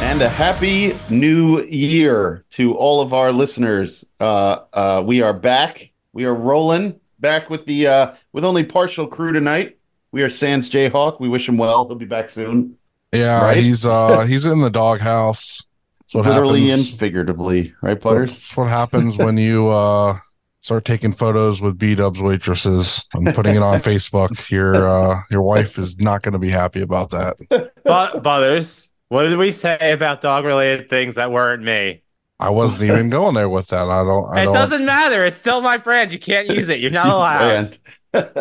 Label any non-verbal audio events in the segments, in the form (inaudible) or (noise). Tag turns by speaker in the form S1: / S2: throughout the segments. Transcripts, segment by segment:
S1: and a happy new year to all of our listeners. Uh, uh, we are back. We are rolling back with the uh, with only partial crew tonight. We are Sans Jayhawk. We wish him well. He'll be back soon,
S2: Yeah,
S1: Right?
S2: he's uh he's in the doghouse. That's what
S1: literally
S2: happens.
S1: and figuratively. Right, Butters?
S2: That's what happens when you uh start taking photos with B Dub's waitresses and putting it on Facebook. Your uh your wife is not going to be happy about that.
S3: Bu- Butters, what did we say about dog related things that weren't me?
S2: I wasn't even going there with that. I don't. I
S3: it
S2: don't.
S3: doesn't matter. It's still my brand. You can't use it.
S1: (laughs)
S3: You're not allowed.
S1: And-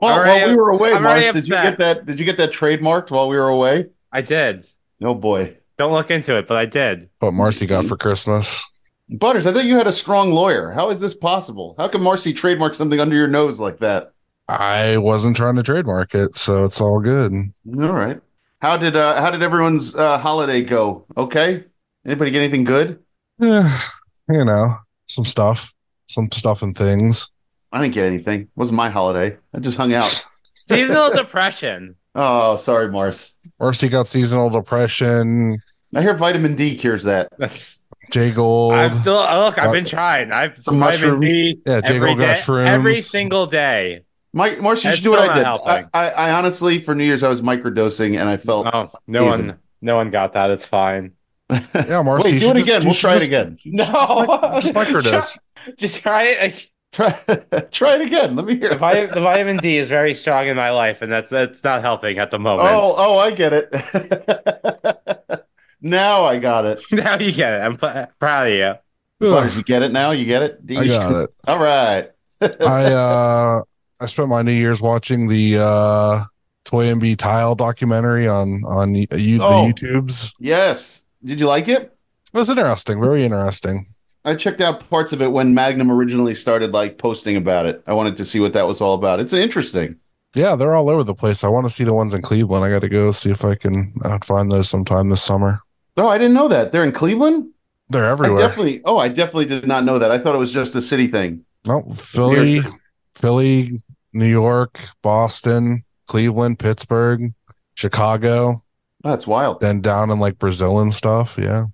S1: well,
S3: already-
S1: while we were away,
S3: I'm
S1: Mars,
S3: already
S1: did you get
S3: upset.
S1: that? Did you get that trademarked while we were away?
S3: I did.
S1: No, boy,
S3: Don't look into it, but I did.
S2: What Marcy got for Christmas?
S1: Butters. I thought you had a strong lawyer. How is this possible? How can Marcy trademark something under your nose like that?
S2: I wasn't trying to trademark it, so it's all good.
S1: All right. How did uh how did everyone's uh holiday go? Okay. Anybody get anything good?
S2: Eh, you know, some stuff, some stuff and things.
S1: I didn't get anything. It wasn't my holiday. I just hung
S2: (laughs)
S1: out.
S3: Seasonal depression.
S1: Oh, sorry, Mars.
S2: Marcy got seasonal depression.
S1: I hear vitamin D cures that.
S3: That's-
S2: Jay Gold.
S3: I'm still oh, look. I've been trying. I've
S1: Some
S3: vitamin D
S2: yeah, Jay
S3: every
S2: Gold got
S3: day,
S2: shrooms.
S3: every single day.
S1: Mike Marcy, you
S3: That's
S1: should do what
S3: still
S1: I did.
S3: not
S1: I,
S3: helping.
S1: I, I honestly for New Year's I was microdosing and I felt
S2: Uh,
S3: Oh, no
S1: Season.
S3: one, no one got that. It's fine.
S2: Yeah, Marcy.
S1: Wait,
S2: you
S1: do
S2: should
S1: it
S2: just-
S1: again.
S2: you
S1: We'll
S2: should
S1: try
S2: just-
S1: it again.
S3: No,
S1: (laughs)
S2: Just microdose.
S3: Try- (laughs) Just try it. Like,
S1: Try, try it again. (laughs) Let me hear.
S3: The
S1: it.
S3: vitamin, the vitamin D is very strong in my life, and that's that's not helping at the moment.
S1: Oh, oh, I get it. (laughs) now I got it.
S3: (laughs) now you get it. I'm pl- uh, proud of you.
S1: Butters, you get it now? You get it? D?
S2: I got it.
S1: (laughs) All right.
S2: I uh I spent my New Year's watching the uh Toy MB Tile documentary on on you,
S1: Oh.
S2: the YouTubes.
S1: Yes. Did you like it?
S2: It was interesting, very interesting.
S1: I checked out parts of it when Magnum originally started like posting about it. I wanted to see what that was all about. It's interesting.
S2: Yeah, they're all over the place. I want to see the ones in Cleveland. I got to go see if I can uh, find those sometime this summer.
S1: Oh, I didn't know that. They're in Cleveland?
S2: They're
S1: I
S2: everywhere.
S1: definitely Oh, I definitely did not know that. I thought it was just a city thing.
S2: No, Philly,
S1: York.
S2: Philly, New York, Boston, Cleveland, Pittsburgh, Chicago,
S1: Oh, that's wild.
S2: then down in like Brazil and stuff. Yeah.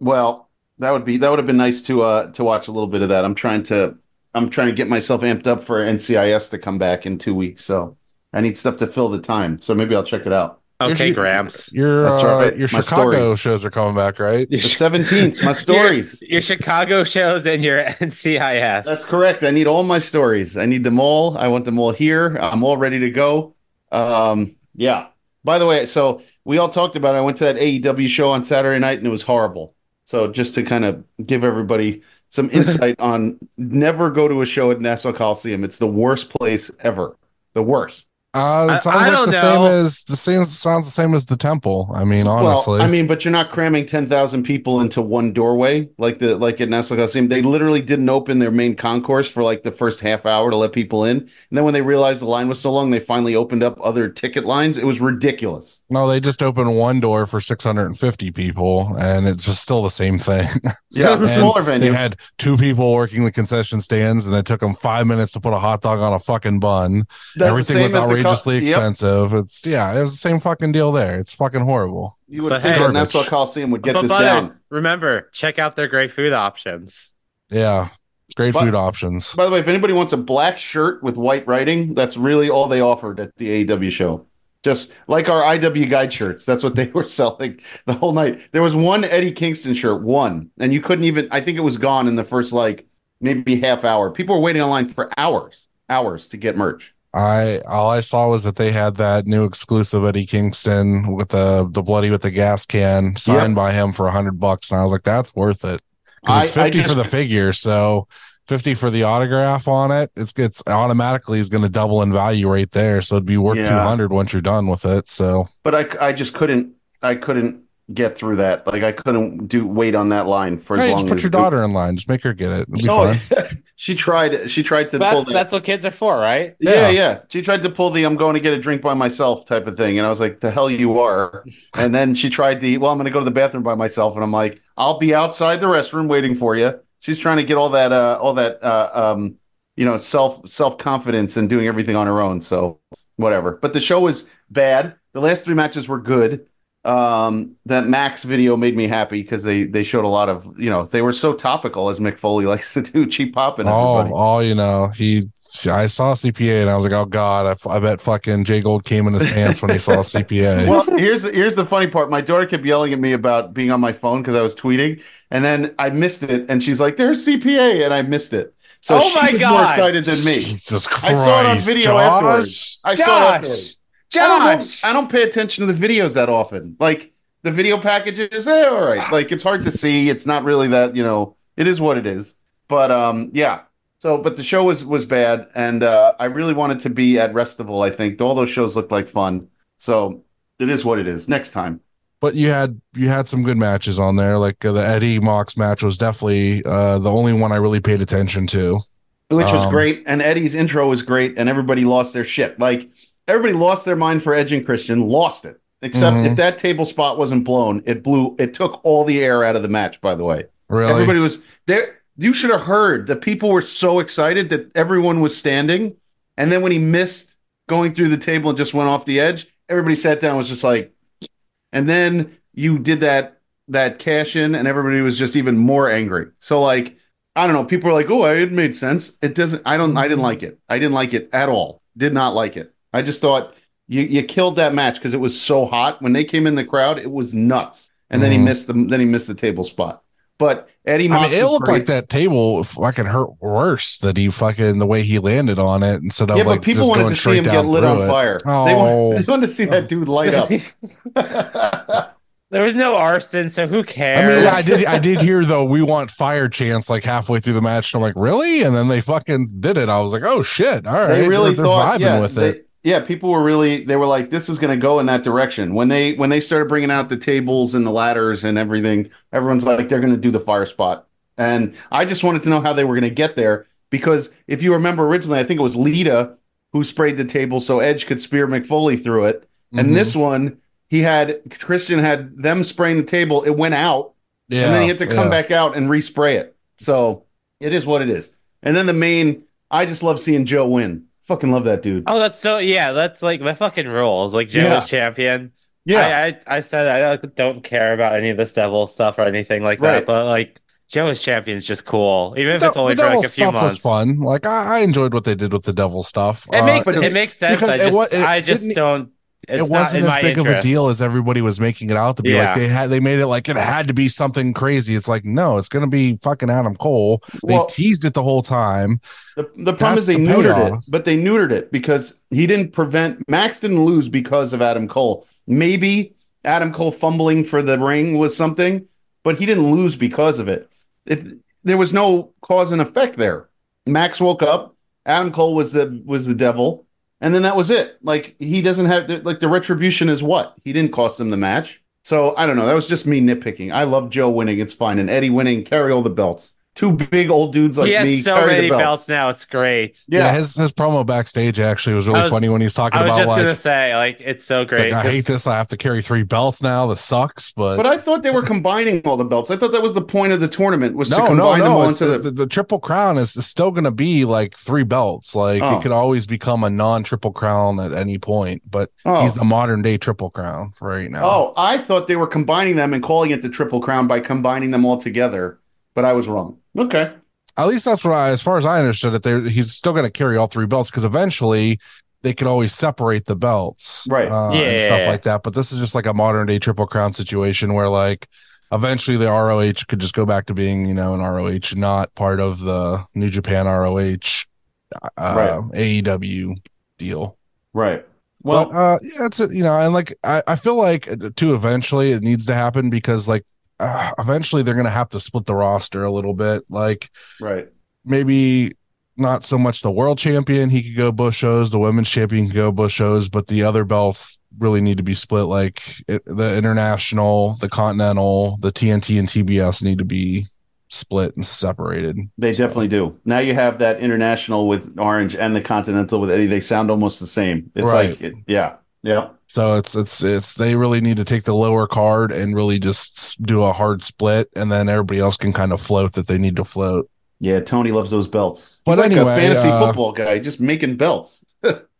S1: Well, that would be that would have been nice to uh to watch a little bit of that. I'm trying to I'm trying to get myself amped up for NCIS to come back in 2 weeks, so I need stuff to fill the time. So maybe I'll check it out.
S3: Okay,
S1: (laughs)
S2: Usually-
S3: Gramps.
S2: Your
S1: That's
S2: uh,
S1: right.
S2: your
S1: My
S2: Chicago
S1: stories.
S2: shows are coming back, right?
S3: (laughs)
S1: The 17th, my stories.
S3: Your Chicago shows and your (laughs) NCIS.
S1: That's correct. I need all my stories. I need them all. I want them all here. I'm all ready to go. Um, yeah. By the way, so we all talked about it. I went to that AEW show on Saturday night and it was horrible. So just to kind of give everybody some insight on never go to a show at Nassau Coliseum. It's the worst place ever. The worst.
S2: Uh,
S3: I-
S2: it sounds
S3: I
S2: like
S3: don't
S2: the
S3: know.
S2: same as the same sounds the same as the temple. I mean, honestly,
S1: Well, I mean, but you're not cramming 10,000 people into one doorway like the like at Nassau Coliseum. They literally didn't open their main concourse for like the first half hour to let people in. And then when they realized the line was so long, they finally opened up other ticket lines. It was ridiculous.
S2: no, they just opened one door for 650 people, and it's just still the same thing.
S1: Yeah,
S2: And
S1: smaller
S2: (laughs) they
S1: venue.
S2: had two people working the concession stands, and it took them five minutes to put a hot dog on a fucking bun.
S1: That's the
S2: Everything
S1: same
S2: was
S1: at the co-
S2: outrageously
S1: Yep.
S2: expensive. It's yeah, it was the same fucking deal there. It's fucking horrible.
S1: You would
S3: So,
S1: think
S3: hey,
S1: that
S2: garbage.
S1: Nassau Coliseum would get
S3: but
S1: this
S3: Butters,
S1: down.
S3: remember, check out their great food options.
S2: Yeah, great
S1: But-
S2: food options.
S1: By the way, if anybody wants a black shirt with white writing, that's really all they offered at the AEW show. Just like our IW guide shirts, that's what they (laughs) were selling the whole night. There was one Eddie Kingston shirt, one, and you couldn't even. I think it was gone in the first like maybe half hour. People were waiting online for hours, hours to get merch.
S2: I all I saw was that they had that new exclusive Eddie Kingston with the the bloody with the gas can signed by him for a hundred bucks, and I was like, that's worth it because it's
S1: I- I
S2: fifty for
S1: just-
S2: the figure, so fifty for the autograph on it. It's it's automatically is going to double in value right there, so it'd be worth
S1: Yeah.
S2: two hundred once you're done with it. So
S1: But I, I just couldn't, I couldn't get through that. Like I couldn't do wait on that line for as
S2: hey,
S1: long
S2: just put
S1: as
S2: your daughter in line, just make her get it. It'll be
S1: Oh,
S2: fine.
S1: she tried. She tried to pull
S3: That's
S1: that.
S3: that's what kids are for, right?
S1: Yeah,
S2: Yeah.
S1: yeah. She tried to pull the I'm going to get a drink by myself type of thing. And I was like, the hell you
S2: (laughs)
S1: are. And then she tried the, well, I'm going to go to the bathroom by myself. And I'm like, I'll be outside the restroom waiting for you. She's trying to get all that, uh, all that, uh, um, you know, self, self confidence and doing everything on her own. So whatever. But the show was bad. The last three matches were good. um, that Max video made me happy because they they showed a lot of you know they were so topical as Mick Foley (laughs) likes to do cheap popping.
S2: Oh, oh, you know, he. I saw CPA and I was like, oh god, I, I bet fucking Jay Gold came in his pants when he saw CPA.
S1: (laughs)
S3: (laughs)
S1: well, here's the, here's the funny part. My daughter kept yelling at me about being on my phone because I was tweeting, and then I missed it, and she's like, "There's CPA," and I missed it. So
S3: Oh
S1: she
S3: my
S1: was more
S3: God.
S1: excited than me.
S2: Jesus Christ,
S1: I saw it on video
S2: Josh.
S1: afterwards. I saw it afterwards.
S3: Josh,
S1: I don't, know-
S3: Josh,
S1: I don't pay attention to the videos that often. Like the video packages, eh, all right. Like it's hard to see. It's not really that you know. It is what it is. But um, yeah. So, but the show was was bad, and uh, I really wanted to be at Restival. I think all those shows looked like fun. So it is what it is. Next time,
S2: But you had you had some good matches on there. Like uh, the Eddie Mox match was definitely uh, the only one I really paid attention to.
S1: which was
S2: Um,
S1: great, and Eddie's intro was great, and everybody lost their shit. Like everybody lost their mind for Edge and Christian, lost it. Except
S2: Mhm.
S1: if that table spot wasn't blown, it blew. It took all the air out of the match. By the way.
S2: Really,
S1: Everybody was there. You should have heard that people were so excited that everyone was standing. And then when he missed going through the table and just went off the edge, everybody sat down and was just like, and then you did that that cash in, and everybody was just even more angry. So like, I don't know. People were like, "Oh, it made sense." It doesn't. I don't. I didn't like it. I didn't like it at all. Did not like it. I just thought you you killed that match because it was so hot when they came in the crowd. It was nuts. And then
S2: Mhm.
S1: he missed the then he missed the table spot. But Eddie
S2: I
S1: Mox,
S2: mean, it
S1: was
S2: looked
S1: great.
S2: like that table fucking hurt worse that he fucking the way he landed on it instead of
S1: Yeah,
S2: like
S1: but people
S2: just
S1: wanted
S2: going
S1: to see him
S2: straight
S1: get
S2: down
S1: lit on
S2: through it.
S1: fire. They, wanted, (laughs)
S2: Oh.
S1: they wanted to see that dude light
S2: (laughs)
S1: up.
S3: (laughs) there was no arson, so who
S2: I
S3: cares?
S2: mean, I did. I did hear though. We want fire chance like halfway through the match. And I'm like, really? And then they fucking did it. I was like, oh shit! All right,
S1: they really
S2: they're
S1: thought,
S2: vibing
S1: yeah,
S2: with
S1: they-
S2: it.
S1: yeah, people were really they were like, this is going to go in that direction. When they when they started bringing out the tables and the ladders and everything, everyone's like, they're going to do the fire spot. And I just wanted to know how they were going to get there because if you remember originally, I think it was Lita who sprayed the table so Edge could spear McFoley through it. And
S2: Mhm.
S1: this one, he had Christian had them spraying the table. It went out.
S2: yeah,
S1: and then you have to come
S2: yeah.
S1: back out and respray it. So it is what it is. And then the main, I just love seeing Joe win. Fucking love that dude.
S3: Oh, that's so yeah. That's like that fucking rules. Like Joe
S1: Yeah.
S3: was champion. I, I I said I like, don't care about any of this devil stuff or anything like
S1: Right.
S3: that. But like Joe is champion is just cool, even if
S2: The-
S3: it's only
S2: the
S3: for like
S2: devil
S3: a few
S2: stuff
S3: months.
S2: was fun. Like I, I enjoyed what they did with the devil stuff.
S3: It
S2: Uh,
S3: makes
S1: but
S3: it
S1: it's-
S3: makes sense.
S2: because
S3: I
S2: it
S3: just
S2: wa- it
S3: I just
S2: didn't-
S3: don't. It's
S2: it wasn't
S3: not in
S2: as
S3: my
S2: big of a
S3: interest.
S2: deal as everybody was making it out to be.
S3: Yeah.
S2: Like they had, they made it like it had to be something crazy. It's like no, it's gonna be fucking Adam Cole. They
S1: Well,
S2: teased it the whole time.
S1: the, the problem is
S2: that's
S1: they
S2: the
S1: neutered
S2: payoff.
S1: it, but they neutered it because he didn't prevent Max didn't lose because of Adam Cole. Maybe Adam Cole fumbling for the ring was something, but he didn't lose because of it. If there was no cause and effect there. Max woke up, Adam Cole was the was the devil, and then that was it. Like he doesn't have like the retribution is what? He didn't cost them the match. So I don't know. That was just me nitpicking. I love Joe winning. It's fine. And Eddie winning, carry all the belts. Two big old dudes like
S3: he has
S1: me.
S3: so
S1: carry the
S3: many
S1: belts.
S3: belts now. It's great.
S2: Yeah,
S1: Yeah.
S2: his his promo backstage actually was really
S3: I was-
S2: funny when he's talking
S3: I was
S2: about
S3: just
S2: like,
S3: gonna say like it's so
S2: it's like,
S3: great.
S2: I hate
S3: 'cause-
S2: this. I have to carry three belts now. This sucks, but.
S1: But I thought they were combining all the belts. I thought that was the point of the tournament was to
S2: no,
S1: combine
S2: no,
S1: them
S2: no!
S1: all
S2: It's,
S1: into
S2: the,
S1: the,
S2: the, triple crown is still going to be like three belts. Like
S1: Oh.
S2: it could always become a non triple crown at any point. But
S1: oh.
S2: he's the modern day triple crown for right now.
S1: oh, I thought they were combining them and calling it the Triple Crown by combining them all together, but I was wrong. Okay.
S2: at least that's what I, as far as I understood it, there he's still going to carry all three belts because eventually they could always separate the belts,
S1: Right.
S2: Uh, and
S3: Yeah.
S2: stuff like that. But this is just like a modern day triple crown situation where like eventually the ROH could just go back to being you know an ROH, not part of the New Japan ROH uh, AEW deal.
S1: Right.
S2: Well,
S1: Well,
S2: uh, yeah, it's a, you know, and like I, I feel like uh, too eventually it needs to happen because like uh, eventually they're going to have to split the roster a little bit, like
S1: right.
S2: maybe not so much the world champion he could go bushos the women's champion could go bushos but the other belts really need to be split like it, the international the continental the tnt and tbs need to be split and separated
S1: They definitely do. Now you have that international with Orange and the Continental with Eddie. They sound almost the same. It's
S2: Right.
S1: like, it, yeah. Yeah.
S2: so it's it's it's they really need to take the lower card and really just s- do a hard split and then everybody else can kind of float that they need to float
S1: Yeah. Tony loves those belts. He's
S2: But
S1: like
S2: anyway,
S1: a fantasy
S2: uh,
S1: football guy, just making belts.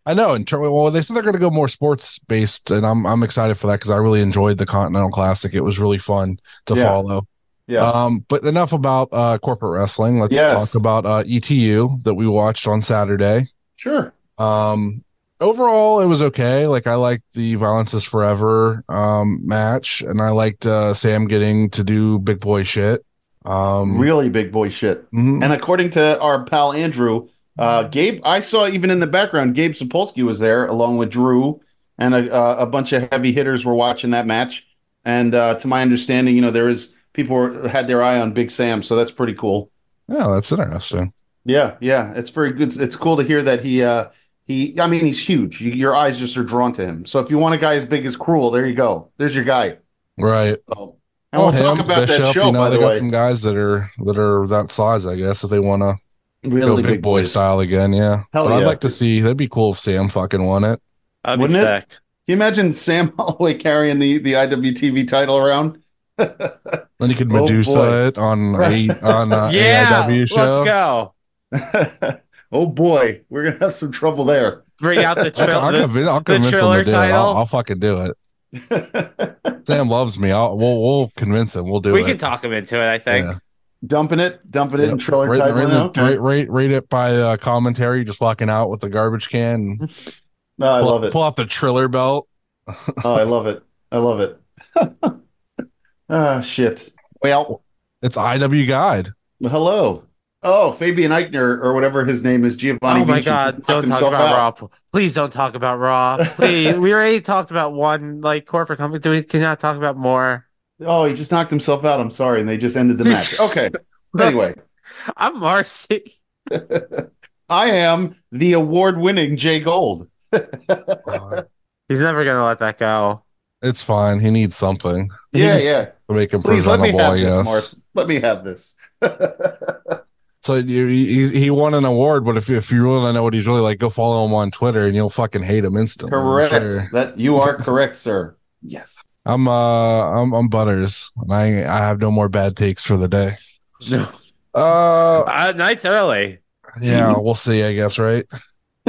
S2: I know. In ter- well, they said they're going to go more sports based, and I'm I'm excited for that because I really enjoyed the Continental Classic. It was really fun to
S1: Yeah.
S2: follow.
S1: Yeah.
S2: Um, but enough about uh, corporate wrestling. Let's
S1: Yes.
S2: talk about uh, ETU that we watched on Saturday.
S1: sure.
S2: Um, overall, it was okay. Like I liked the Violence is Forever um, match, and I liked uh, Sam getting to do big boy shit. Um,
S1: Really big boy shit.
S2: mhm.
S1: And according to our pal Andrew,
S2: Mm-hmm.
S1: uh, Gabe, I saw even in the background, Gabe Sapolsky was there along with Drew, and a, uh, a bunch of heavy hitters were watching that match. And uh, to my understanding, you know, there is people were, had their eye on Big Sam, so that's pretty cool.
S2: yeah, that's interesting.
S1: Yeah, yeah, it's very good. It's cool to hear that he, uh, he. I mean, he's huge. You, your eyes just are drawn to him. So if you want a guy as big as Cruel, there you go. There's your guy.
S2: Right.
S1: So, and we'll
S2: Oh,
S1: talk
S2: him,
S1: about that
S2: Bishop,
S1: show
S2: you know,
S1: by
S2: they
S1: the
S2: got
S1: way.
S2: some guys that are that are that size, I guess, if they want to go
S1: really
S2: big, boy
S1: boys.
S2: style again. Yeah.
S1: Hell
S2: but I'd
S1: yeah.
S2: like to see. That'd be cool if Sam fucking won it.
S3: That'd be
S1: Wouldn't it?
S3: sick.
S1: Can you imagine Sam (laughs) Holloway carrying the, the IWTV title around?
S2: Then you could
S1: Oh,
S2: Medusa
S1: boy.
S2: it on
S1: Right.
S2: a, on uh, a
S3: (laughs) yeah,
S2: AIW
S3: let's
S2: show.
S3: go.
S1: (laughs) oh boy, we're gonna have some trouble there.
S3: Bring
S2: (laughs)
S3: out the
S2: I'll, I'll,
S3: trailer.
S2: convince, I'll convince him
S3: thriller
S2: to do it. I'll,
S3: title.
S2: I'll fucking do it. Sam loves me. I'll we'll, we'll convince him. We'll do
S3: We
S2: it.
S3: can talk him into it. I think.
S2: Yeah.
S1: (laughs) dumping it, dumping it in
S2: Yep.
S1: trailer
S2: Rate,
S1: title.
S2: rate,
S1: now?
S2: the- rate, rate, rate it by uh, commentary. Just walking out with the garbage can. and
S1: No, I
S2: pull,
S1: love it.
S2: Pull out the Triller belt.
S1: Oh, I love it. I love it. (laughs) ah, shit. Well,
S2: It's IW guide.
S1: hello. Oh, Fabian Eichner or whatever his name is, Giovanni.
S3: oh my
S1: Vinci,
S3: god!
S1: knocked
S3: Don't talk
S1: himself
S3: about
S1: out.
S3: Raw. pl- Please don't talk about Raw. Please, we already talked about one like corporate company. Do we cannot talk about more?
S1: Oh, he just knocked himself out. I'm sorry, and they just ended the
S3: They
S1: match.
S3: just- (laughs)
S1: Okay. Anyway,
S3: I'm Marcy.
S1: I am the award-winning Jay Gold.
S3: He's never gonna let that go.
S2: It's fine. He needs something
S1: Yeah, yeah.
S2: to make him
S1: Please let me
S2: presentable.
S1: have
S2: I
S1: this,
S2: guess.
S1: Marth. Let me have this.
S2: So you, he he won an award, but if if you really want to know what he's really like, go follow him on Twitter, and you'll fucking hate him instantly.
S1: (laughs)
S2: I'm
S1: correct.
S2: sure.
S1: That you are correct, sir. Yes.
S2: I'm uh I'm I'm Butters, and I I have no more bad takes for the day.
S3: No.
S2: Uh
S3: Uh, nights early.
S2: yeah, we'll see. I guess right.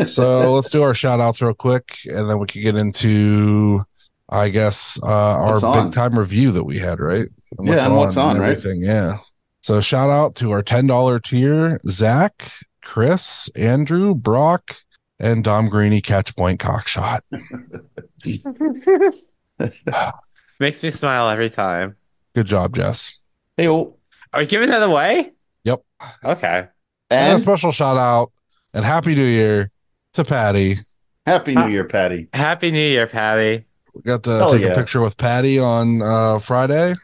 S2: So let's do our shout outs real quick, and then we can get into I guess uh our
S1: What's on?
S2: big time review that we had, right?
S1: Yeah, and what's on, right?
S2: everything. Yeah. So shout out to our ten dollar tier: Zach, Chris, Andrew, Brock, and Dom Greeny. Catch point cockshot.
S3: Makes me smile every time.
S2: Good job, Jess.
S1: (laughs) Hey, oh.
S3: Are we giving that away?
S2: Yep.
S3: Okay.
S2: And, a
S1: and
S2: special shout out and happy new year to Patty.
S1: happy New Year, Patty.
S3: Happy New Year, Patty.
S2: We got to
S1: Hell
S2: take
S1: yeah.
S2: a picture with Patty on uh Friday.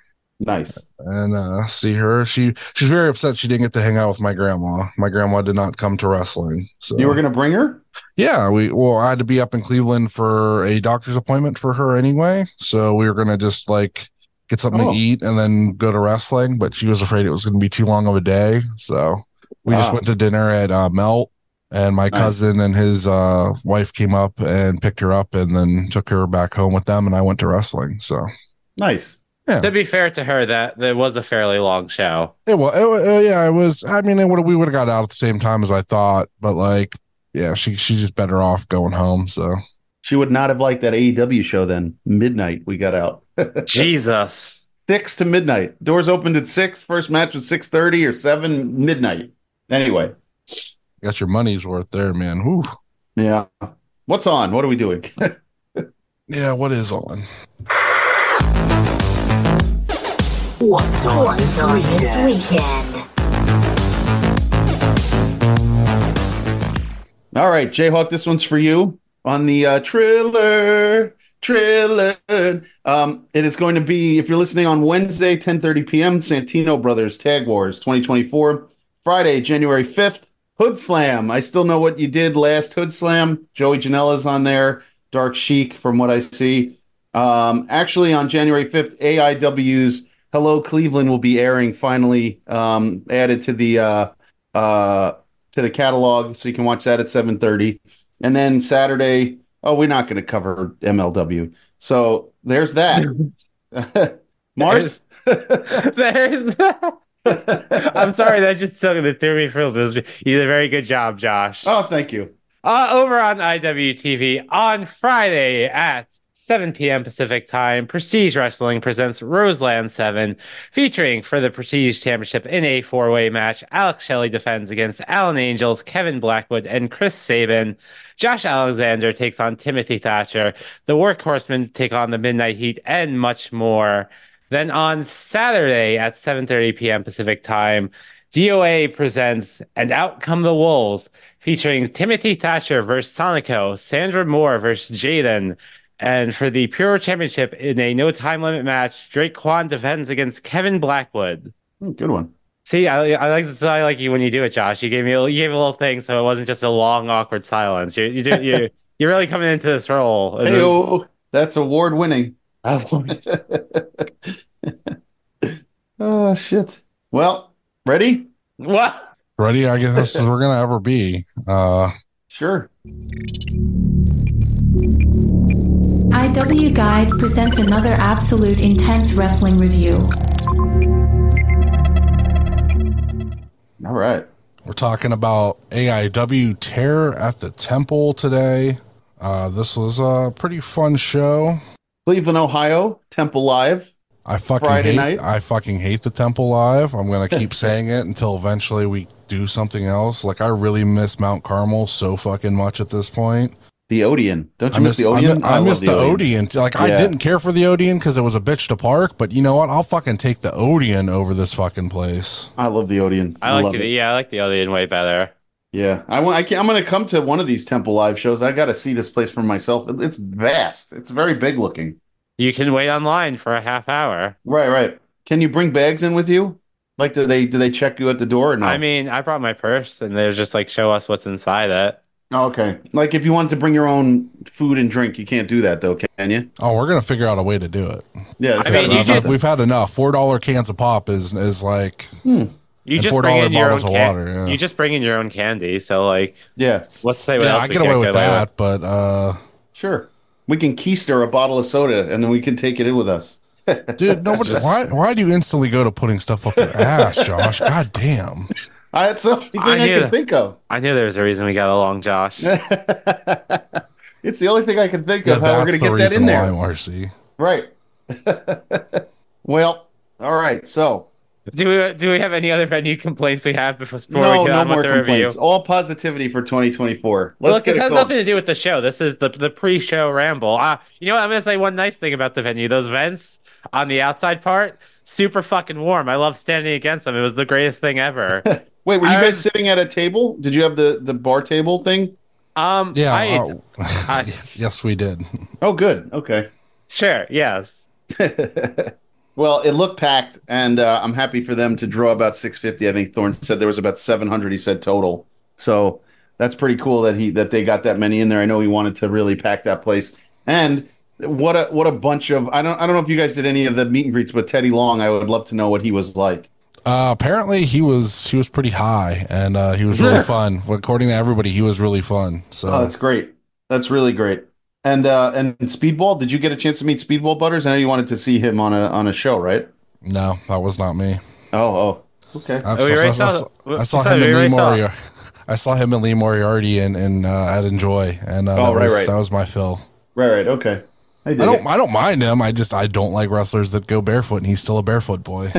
S1: Nice.
S2: and uh, see her. She she's very upset she didn't get to hang out with my grandma. My grandma did not come to wrestling. So
S1: You were gonna bring her?
S2: yeah, we well I had to be up in Cleveland for a doctor's appointment for her anyway. So we were gonna just like get something
S1: Oh.
S2: to eat and then go to wrestling. But she was afraid it was gonna be too long of a day. So we just
S1: Ah.
S2: went to dinner at uh, Melt. And my
S1: Nice.
S2: cousin and his uh, wife came up and picked her up and then took her back home with them. And I went to wrestling. So
S1: Nice.
S2: Yeah.
S3: To be fair to her, that that was a fairly long show.
S2: It was, it wa- uh, yeah, it was. I mean, it would we would have got out at the same time as I thought, but like, yeah, she she's just better off going home. So
S1: She would not have liked that AEW show then. Midnight we got out.
S3: Jesus.
S1: six to midnight. Doors opened at six. First match was six thirty or seven midnight. Anyway.
S2: got your money's worth there, man. Whew.
S1: Yeah. What's on? What are we doing?
S2: Yeah, what is on?
S4: What's on, this, weekend?
S1: All right, Jayhawk, this one's for you on the uh, Triller. Triller. Um, it is going to be if you're listening on Wednesday, 10:30 p.m. Santino Brothers Tag Wars 2024. Friday, January 5th, Hood Slam. I still know what you did last Hood Slam. Joey Janela's on there. Dark Chic, from what I see. Um, actually, on January 5th, AIW's Hello Cleveland will be airing. Finally, um, added to the uh, uh, to the catalog, so you can watch that at 7:30. And then Saturday, oh, we're not going to cover MLW. So there's that. (laughs) Mars.
S3: There's (laughs) I'm sorry, that just took it threw me for a loop. You did a very good job, Josh.
S1: (laughs) Oh, thank you.
S3: Uh, over on IWTV on Friday at 7 p.m. Pacific time, Prestige Wrestling presents Roseland 7, featuring for the Prestige Championship in a four way match. Alex Shelley defends against Alan Angels, Kevin Blackwood, and Chris Sabin. Josh Alexander takes on Timothy Thatcher. The Workhorsemen take on the Midnight Heat, and much more. Then on Saturday at 7:30 p.m. Pacific time, DOA presents And Out Come the Wolves, featuring Timothy Thatcher versus Sonico, Sandra Moore versus Jaden. And for the Pure Championship in a no time limit match, Drake Kwan defends against Kevin Blackwood.
S1: Hmm, Good one.
S3: See, I, I like this. I like you when you do it, Josh. You gave me a, you gave a little thing, so it wasn't just a long, awkward silence. You you do,
S1: (laughs)
S3: you you're really coming into this role. And then-
S1: Hey, oh. that's award winning. (laughs) oh shit. Well, ready?
S3: What?
S2: Ready? I guess (laughs) this is we're gonna ever be. Uh,
S1: Sure.
S5: IW Guide presents another absolute intense wrestling review.
S1: All right.
S2: we're talking about AIW Terror at the Temple today. Uh, this was a pretty fun show.
S1: Cleveland, Ohio, Temple Live.
S2: I fucking
S1: Friday
S2: hate.
S1: night?
S2: I fucking hate the Temple Live. I'm
S1: (laughs)
S2: gonna keep saying it until eventually we do something else. Like I really miss Mount Carmel so fucking much at this point.
S1: The Odeon. Don't you
S2: I
S1: miss
S2: miss,
S1: the
S2: I,
S1: Odeon?
S2: miss, I
S1: love
S2: miss the Odeon. Like I
S1: Yeah.
S2: didn't care for the Odeon because it was a bitch to park. But you know what? I'll fucking take the Odeon over this fucking place.
S1: I love the Odeon.
S3: I like
S1: love
S3: it. Yeah, I like the Alien way better.
S1: Yeah, I want. I can, I'm going to come to one of these Temple Live shows. I got to see this place for myself. It- It's vast. It's very big looking.
S3: You can wait online for a half hour.
S1: Right, right. Can you bring bags in with you? Like, do they do they check you at the door or not?
S3: I mean, I brought my purse, and they're just like, show us what's inside it.
S1: Oh, okay. Like, if you wanted to bring your own food and drink, you can't do that though, can you?
S2: Oh, we're gonna figure out a way to do it.
S1: Yeah.
S3: I
S1: it's-
S3: mean, you
S2: Enough.
S3: just-
S2: we've had enough. Four dollar cans of pop is is like
S3: You
S2: And
S3: just
S2: $4
S3: bring in your own
S2: bottles of
S3: can-
S2: water, yeah.
S3: You just bring in your own candy. So like,
S1: yeah.
S3: let's say what
S2: yeah,
S3: else
S2: I
S3: we
S2: get
S3: can't
S2: away with
S3: get away
S2: that, but uh,
S1: Sure. We can keister a bottle of soda and then we can take it in with us.
S3: (laughs)
S2: dude, no,
S1: Just-
S2: why why do you instantly go to putting stuff up your ass, Josh? God damn.
S1: I, that's the only thing
S3: I
S1: I,
S3: knew
S1: can
S3: that.
S1: think of. (laughs)
S3: I knew there was a reason we got along, Josh.
S1: it's the only thing I can think
S2: Yeah,
S1: of how we're
S2: that's
S1: going to
S2: the
S1: get that in
S2: reason
S1: there.
S2: why, Marcy.
S1: Right. (laughs) well, all right. So
S3: do we do we have any other venue complaints we have before before
S1: no,
S3: we get
S1: no
S3: on
S1: more
S3: with the review?
S1: complaints. All positivity for 2024. Let's
S3: Look,
S1: get
S3: this
S1: it
S3: has
S1: going.
S3: nothing to do with the show. This is the the pre-show ramble. Uh, you know what? I'm gonna say one nice thing about the venue. Those vents on the outside part, super fucking warm. I love standing against them. It was the greatest thing
S1: (laughs)
S3: ever.
S1: Wait, were you
S3: I
S1: guys
S3: was-
S1: sitting at a table? Did you have the the bar table thing?
S3: Um,
S2: Yeah.
S3: I-
S2: uh, (laughs)
S3: I-
S2: yes, we did.
S1: Oh, good. Okay.
S3: sure, yes.
S1: well, it looked packed, and uh, I'm happy for them to draw about 650. I think Thorne said there was about 700. He said total, so that's pretty cool that he that they got that many in there. I know he wanted to really pack that place, and what a what a bunch of I don't I don't know if you guys did any of the meet and greets with Teddy Long. I would love to know what he was like.
S2: Uh, apparently he was he was pretty high and uh, he was really
S1: Yeah.
S2: fun. According to everybody, he was really fun. So
S1: Oh, that's great. That's really great. And uh, and Speedball, did you get a chance to meet Speedball Butters? I know you wanted to see him on a on a show, right?
S2: no, that was not me.
S1: Oh, oh, okay.
S2: I
S3: Oh,
S2: saw, I
S3: we already
S2: saw,
S3: saw-
S2: I
S3: we
S2: saw
S3: saw-
S2: him
S3: we
S2: and Lee
S3: already saw.
S2: Moriarty. I saw him and Lee Moriarty and and uh, at Enjoy, and uh,
S1: Oh,
S2: that,
S1: right,
S2: was,
S1: right.
S2: that was my fill.
S1: Right, right, okay. I
S2: I don't I don't mind him. I just I don't like wrestlers that go barefoot, and he's still a barefoot boy.
S1: (laughs)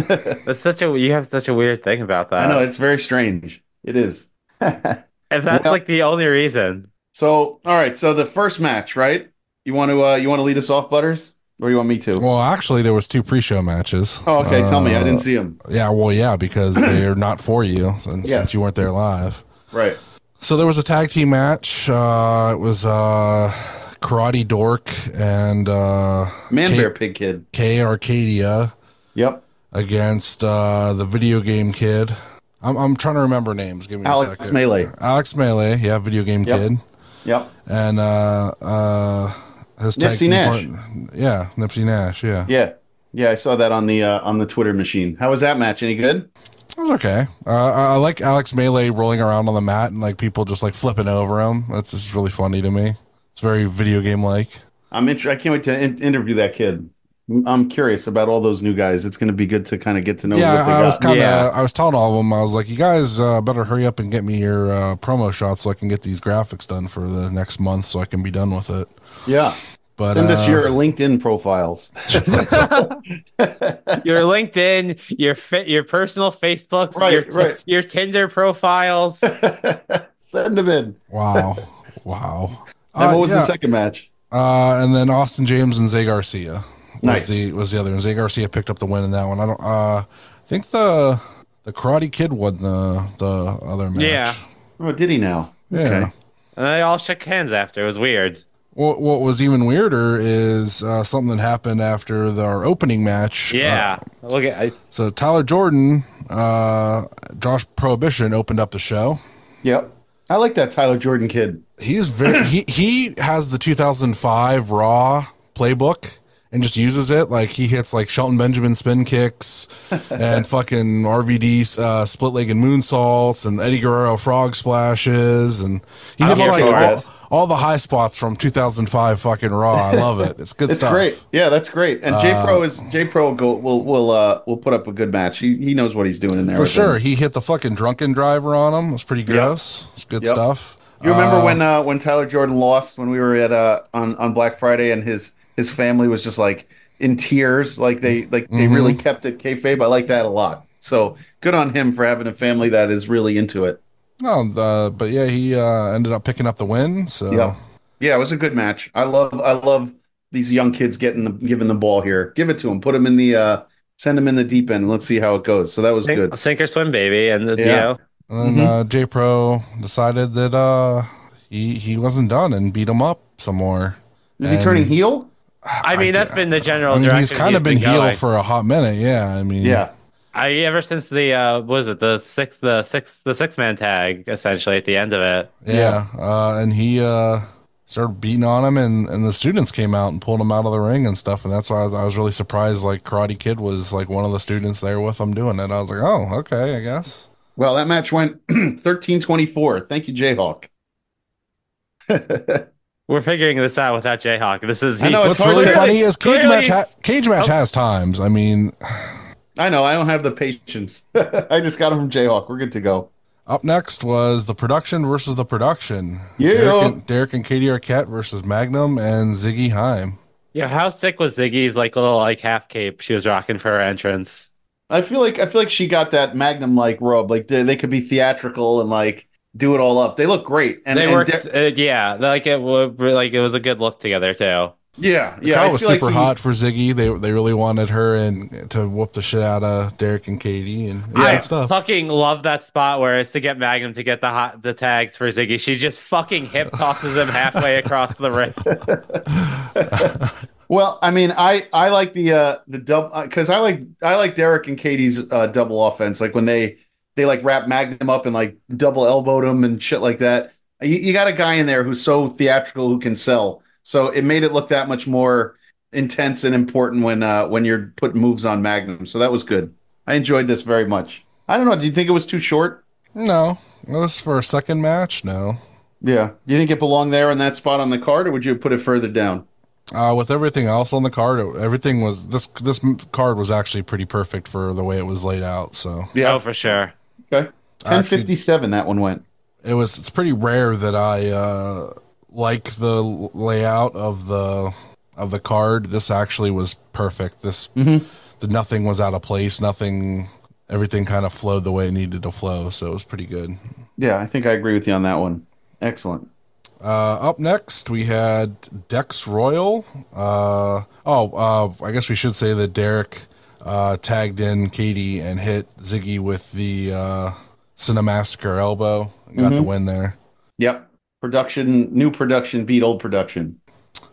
S3: That's such a you have such a weird thing about that.
S1: I know it's very strange. It is.
S3: If that's
S1: Well-
S3: like the only reason.
S1: so, all right. So the first match, right? You want to uh, you want to lead us off, Butters, or you want me to?
S2: well, actually, there was two pre-show matches.
S1: oh, okay. tell me. I
S2: Uh,
S1: didn't see him.
S2: Yeah, well,
S1: (clears throat)
S2: yeah, because they're not for you since,
S1: Yeah.
S2: since you weren't there live.
S1: Right.
S2: So there was a tag team match. Uh, it was uh, Karate Dork and uh,
S1: Man,
S2: K-
S1: bear, pig, kid.
S2: K Arcadia
S1: Yep.
S2: against uh, the video game kid. I'm, I'm trying to remember names. Give me a
S1: Alex
S2: second.
S1: Melee.
S2: Alex Melee, yeah, video game
S1: Yep.
S2: kid,
S1: Yep.
S2: and uh, uh, his tag
S1: Nipsey
S2: team
S1: Nash.
S2: partner- yeah, Nipsey Nash, yeah.
S1: Yeah. Yeah, I saw that on the uh, on the Twitter machine. How was that match? Any good?
S2: It was okay. Uh, I I like Alex Melee rolling around on the mat and like people just like flipping over him. That's just really funny to me. It's very video game like.
S1: I'm inter- I can't wait to in- interview that kid. I'm curious about all those new guys. It's going to be good to kind of get to know.
S2: yeah,
S1: what they
S2: I was
S1: got.
S2: kind of.
S3: Yeah.
S2: I was telling all of them. I was like, "You guys uh, better hurry up and get me your uh, promo shot so I can get these graphics done for the next month, so I can be done with it."
S1: yeah.
S2: But
S1: Send us
S2: uh,
S1: your LinkedIn profiles.
S3: Your LinkedIn, your fa- your personal Facebooks,
S1: Right,
S3: your, t-
S1: right.
S3: your
S2: (laughs)
S3: Tinder profiles.
S1: Send them in.
S2: wow, wow.
S1: And
S2: Uh,
S1: what was
S2: yeah.
S1: the second match?
S2: Uh, and then Austin James and Zay Garcia was
S1: Nice.
S2: the was the other, and Zay Garcia picked up the win in that one. I don't. Uh, I think the the Karate Kid won the the other match.
S3: Yeah.
S1: Oh, did he now?
S2: Yeah.
S3: and they all shook hands after. It was weird.
S2: What what was even weirder is uh, something that happened after the, our opening match. Uh,
S3: Yeah. Look at I,
S2: So Tyler Jordan, uh, Josh Prohibition opened up the show.
S1: Yep. I like that Tyler Jordan kid.
S2: He's very
S1: (clears throat)
S2: he he has the 2005 Raw playbook and just uses it. Like he hits like Shelton Benjamin
S1: (laughs)
S2: spin kicks and fucking RVD uh, split leg and moonsaults and Eddie Guerrero frog splashes and he hits
S3: here
S2: like
S3: for
S2: all,
S1: it.
S2: all the high spots from 2005 fucking Raw. I love it. It's good
S1: (laughs) It's
S2: stuff. Uh,
S1: great. Yeah, that's great. And J Pro is J Pro will go will will uh will put up a good match. He he knows what he's doing in there.
S2: For sure, he hit the fucking drunken driver on him. It was pretty gross. It's good
S1: Yep.
S2: stuff.
S1: You remember
S2: Uh,
S1: when uh, when Tyler Jordan lost when we were at uh on, on Black Friday and his his family was just like in tears, like they like they
S2: Mhm.
S1: really kept it kayfabe. I like that a lot. So good on him for having a family that is really into it.
S2: No, uh, but yeah, he uh, ended up picking up the win. So
S1: Yeah. Yeah, it was a good match. I love I love these young kids getting the given the ball here. Give it to them. Put them in the uh send them in the deep end. and Let's see how it goes. So that was good.
S2: uh,
S3: sink, sink or swim, baby. And the, you
S1: Yeah.
S3: know,
S2: and then uh, J Pro decided that uh, he he wasn't done and beat him up some more.
S1: Is he
S2: And-
S1: turning heel?
S3: I mean, that's been the general
S2: I mean,
S3: direction.
S2: he's kind of been heel
S3: going.
S2: for a hot minute. Yeah, I mean,
S1: Yeah.
S3: I ever since the uh, what was it the six the six the six man tag essentially at the end of it.
S2: yeah. Uh, and he uh, started beating on him, and and the students came out and pulled him out of the ring and stuff. And that's why I was, I was really surprised. Like Karate Kid was like one of the students there with him doing it. I was like, oh, okay, I guess.
S1: Well, that match went (clears throat) 13-24. Thank you, Jayhawk.
S3: We're figuring this out without Jayhawk. This is
S1: I know,
S2: What's
S1: It's hard
S2: really
S1: to-
S3: (laughs)
S2: funny is cage
S3: clearly
S2: match. Ha-
S3: s-
S2: cage match
S3: Oh.
S2: has times. I mean,
S1: I know, I don't have the patience. (laughs) I just got him from Jayhawk. We're good to go.
S2: Up next was the production versus the production.
S1: Yeah.
S2: Derek and, Derek and Katie Arquette versus Magnum and Ziggy Heim.
S3: yeah. How sick was Ziggy's like little like half cape she was rocking for her entrance?
S1: I feel like I feel like she got that Magnum like rub. Like they, they could be theatrical and like do it all up. They look great. And
S3: they
S1: and
S3: worked,
S1: De-
S3: uh, yeah. Like it was like it was a good look together too.
S1: yeah,
S2: The
S1: yeah. I
S2: crowd was
S1: feel like
S2: super
S1: he-
S2: hot for Ziggy. They they really wanted her and to whoop the shit out of Derek and Katie and yeah,
S3: I
S2: good stuff.
S3: fucking love that spot where it's to get Magnum to get the hot the tags for Ziggy. She just fucking hip
S2: (laughs)
S3: tosses him halfway across the (laughs) ring.
S1: Well, I mean, I I like the uh the double because I like I like Derek and Katie's uh double offense. Like when they they like wrap Magnum up and like double elbowed him and shit like that. You, you got a guy in there who's so theatrical who can sell. So it made it look that much more intense and important when uh when you're putting moves on Magnum. So that was good. I enjoyed this very much. I don't know. Do you think it was too short?
S2: (laughs) No, it was for a second match. No,
S1: Yeah. Do you think it belonged there in that spot on the card, or would you put it further down?
S2: uh, with everything else on the card, it, everything was this this card was actually pretty perfect for the way it was laid out. So
S3: Oh, for sure.
S1: Okay. Ten fifty seven. That one went.
S2: it was it's pretty rare that I uh like the l- layout of the of the card. This actually was perfect. This the nothing was out of place, nothing everything kind of flowed the way it needed to flow, so it was pretty good.
S1: Yeah, I think I agree with you on that one. Excellent.
S2: Uh up next we had Dex Royal. Uh oh, uh I guess we should say that Derek uh tagged in Katie and hit Ziggy with the uh Cinemassacre elbow. Got the win there.
S1: Yep. Production, new production beat old production.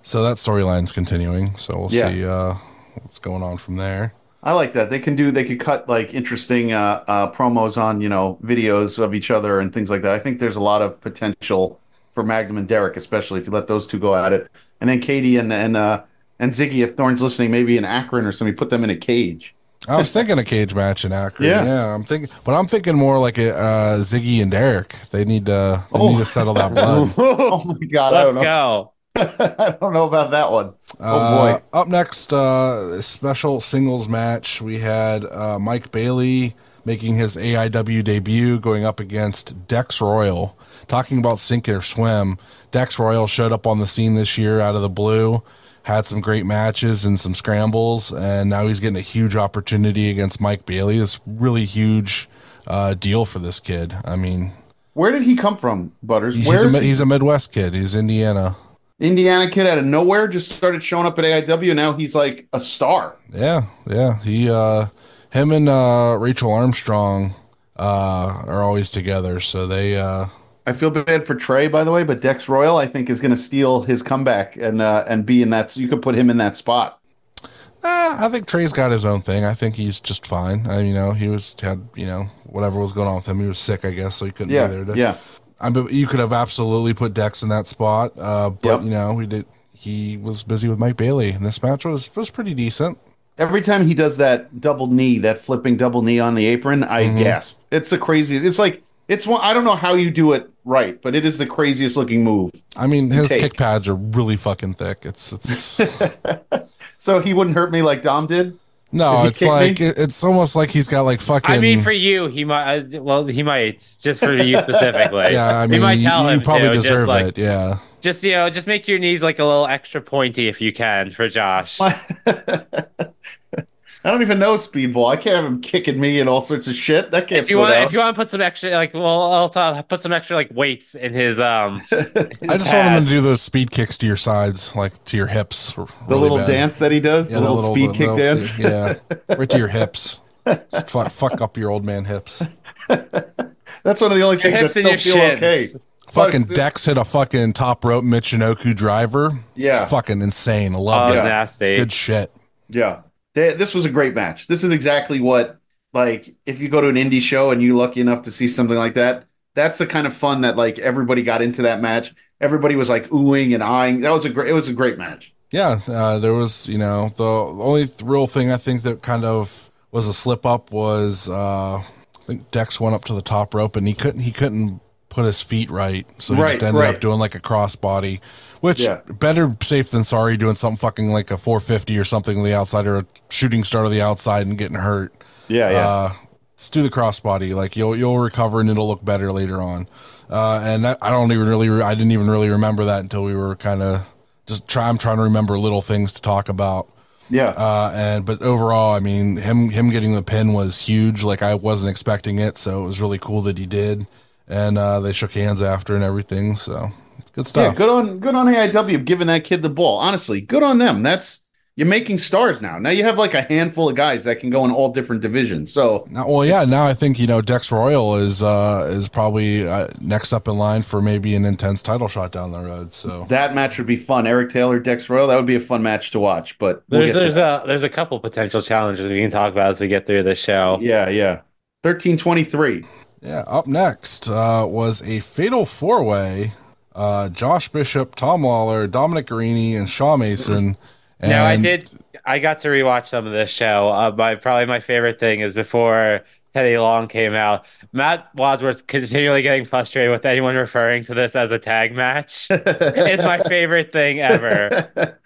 S2: So that storyline's continuing. So we'll
S1: Yeah.
S2: see uh, what's going on from there.
S1: I like that. They can do, they could cut like interesting uh, uh, promos on, you know, videos of each other and things like that. I think there's a lot of potential for Magnum and Derek, especially if you let those two go at it. And then Katie and, and, uh, and Ziggy, if Thorne's listening, maybe in Akron or something, put them in a cage.
S2: I was thinking a cage match in Akron. Yeah,
S1: Yeah.
S2: I'm thinking, but I'm thinking more like a, uh, Ziggy and Derek. They need to they
S1: Oh.
S2: need to settle that blood.
S1: (laughs) oh my God. I
S3: Let's
S1: don't know.
S3: go.
S1: I don't know about that one.
S2: Uh,
S1: Oh, boy.
S2: up next, uh, special singles match. We had uh, Mike Bailey making his AIW debut, going up against Dex Royal. Talking about sink or swim, Dex Royal showed up on the scene this year out of the blue, had some great matches and some scrambles, and now he's getting a huge opportunity against Mike Bailey. It's really huge uh, deal for this kid. I mean,
S1: Where did he come from, Butters?
S2: he's,
S1: Where's
S2: a, Mi- he's a Midwest kid. He's Indiana.
S1: Indiana kid out of nowhere just started showing up at AIW. Now he's like a star.
S2: Yeah, yeah. He uh him and uh Rachel Armstrong uh are always together, so they uh
S1: I feel bad for Trey, by the way, but Dex Royal, I think, is going to steal his comeback and uh, and be in that. You could put him in that spot.
S2: eh, I think Trey's got his own thing. I think he's just fine. I, you know, he was had, you know, whatever was going on with him. He was sick, I guess, so he couldn't
S1: Yeah,
S2: be there to
S1: yeah.
S2: I mean, you could have absolutely put Dex in that spot. Uh but
S1: Yep.
S2: you know, he did he was busy with Mike Bailey and this match was was pretty decent.
S1: Every time he does that double knee, that flipping double knee on the apron, I gasp. It's a crazy. It's like it's one. I don't know how you do it right, but it is the craziest looking move.
S2: I mean, his
S1: Take.
S2: kick pads are really fucking thick. It's
S1: (laughs)
S2: it's
S1: So he wouldn't hurt me like Dom did. (laughs)
S2: no,
S1: Did he
S2: it's
S1: kick me?
S2: like it- it's almost like he's got like fucking
S3: I mean, for you, he might. uh, Well, he might just for you
S2: (laughs)
S3: specifically.
S1: (laughs)
S2: yeah, I
S3: We
S2: mean,
S3: might
S2: you,
S3: tell
S2: you
S3: him
S2: probably
S3: to, just,
S2: deserve
S3: like-
S2: it. Yeah,
S3: Just you know, just make your knees like a little extra pointy if you can for Josh.
S1: I don't even know speedball. I can't have him kicking me and all sorts of shit. That can't.
S3: If you
S1: go
S3: want,
S1: down.
S3: if you want to put some extra, like, well, I'll t- put some extra like weights in his um.
S2: I just want him to do those speed kicks to your sides, like to your hips. r-
S1: the
S2: really
S1: little
S2: bad.
S1: dance that he does,
S2: Yeah,
S1: the,
S2: the
S1: little, speed
S2: the
S1: kick
S2: little-
S1: dance.
S2: yeah, right to
S1: (laughs)
S2: your hips. Just fuck, fuck up your old man hips.
S1: That's one of the only
S3: Your
S1: things that
S3: hips and
S1: still
S3: your
S1: feel
S3: shins.
S1: okay.
S2: Fucking
S1: Fuck,
S2: Dex hit a fucking top rope Michinoku driver.
S1: Yeah.
S2: fucking insane. I
S3: Oh,
S2: love
S3: it's
S1: Yeah.
S2: it.
S3: nasty.
S2: Good shit.
S1: Yeah. They, this was a great match. This is exactly what, like, if you go to an indie show and you're lucky enough to see something like that, that's the kind of fun that, like, everybody got into that match. Everybody was, like, oohing and eyeing. That was a great, it was a great match.
S2: Yeah, uh, there was, you know, the only th- real thing I think that kind of was a slip up was uh, I think Dex went up to the top rope and he couldn't he couldn't put his feet right, so he
S1: Right,
S2: just ended
S1: right.
S2: up doing like a crossbody, which
S1: Yeah.
S2: better safe than sorry. Doing something fucking like a 450 or something on the outside or a shooting star to the outside and getting hurt.
S1: Yeah,
S2: Uh, just do the crossbody. Like you'll you'll recover and it'll look better later on. Uh, and that, I don't even really I didn't even really remember that until we were kind of just try. I'm trying to remember little things to talk about.
S1: yeah.
S2: Uh, and but overall, I mean, him him getting the pin was huge. Like I wasn't expecting it, so it was really cool that he did. And uh, they shook hands after and everything. So good
S1: yeah,
S2: stuff.
S1: good on good on AIW giving that kid the ball. Honestly, good on them. That's you're making stars now. Now you have like a handful of guys that can go in all different divisions. So
S2: Now, well, yeah. Now I think you know Dex Royal is uh, is probably uh, next up in line for maybe an intense title shot down the road. So
S1: that match would be fun. Eric Taylor, Dex Royal, that would be a fun match to watch. But we'll
S3: there's
S1: get to
S3: there's
S1: that.
S3: a there's a couple potential challenges we can talk about as we get through the show.
S1: yeah, yeah. Thirteen twenty three.
S2: Yeah, up next uh, was a fatal four way uh, Josh Bishop, Tom Lawler, Dominic Garini, and Shaw Mason. And
S3: (clears throat) Now I did. I got to rewatch some of this show. Uh, my probably my favorite thing is before Teddy Long came out. Matt Wadsworth continually getting frustrated with anyone referring to this as a tag match. (laughs) it's my favorite thing ever.
S1: (laughs)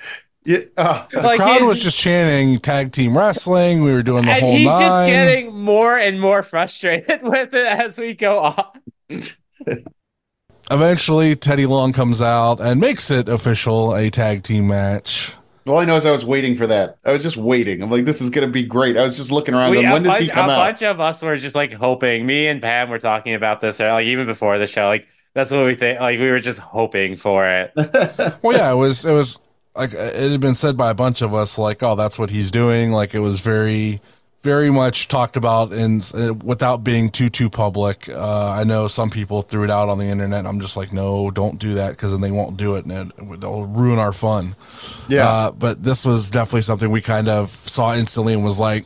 S1: yeah, oh,
S2: (laughs) The
S3: like,
S2: crowd
S3: he's-
S2: was just chanting tag team wrestling. We were doing the
S3: And
S2: whole
S3: he's
S2: nine.
S3: just getting more and more frustrated (laughs) with it as we go on.
S2: Eventually, Teddy Long comes out and makes it official a tag team match.
S1: all I know is I was waiting for that. I was just waiting. I'm like, this is gonna be great. I was just looking around.
S3: We,
S1: going,
S3: a
S1: when does
S3: bunch,
S1: he come
S3: a
S1: out?
S3: bunch of us were just like hoping. Me and Pam were talking about this, or like even before the show. Like that's what we think. Like we were just hoping for it.
S1: (laughs)
S2: Well, yeah, it was. It was like uh, it had been said by a bunch of us. Like, oh, that's what he's doing. Like, it was very, very much talked about and uh, without being too too public. Uh, I know some people threw it out on the internet. I'm just like, no, don't do that because then they won't do it and it, it'll ruin our fun.
S1: Yeah.
S2: Uh, but this was definitely something we kind of saw instantly and was like,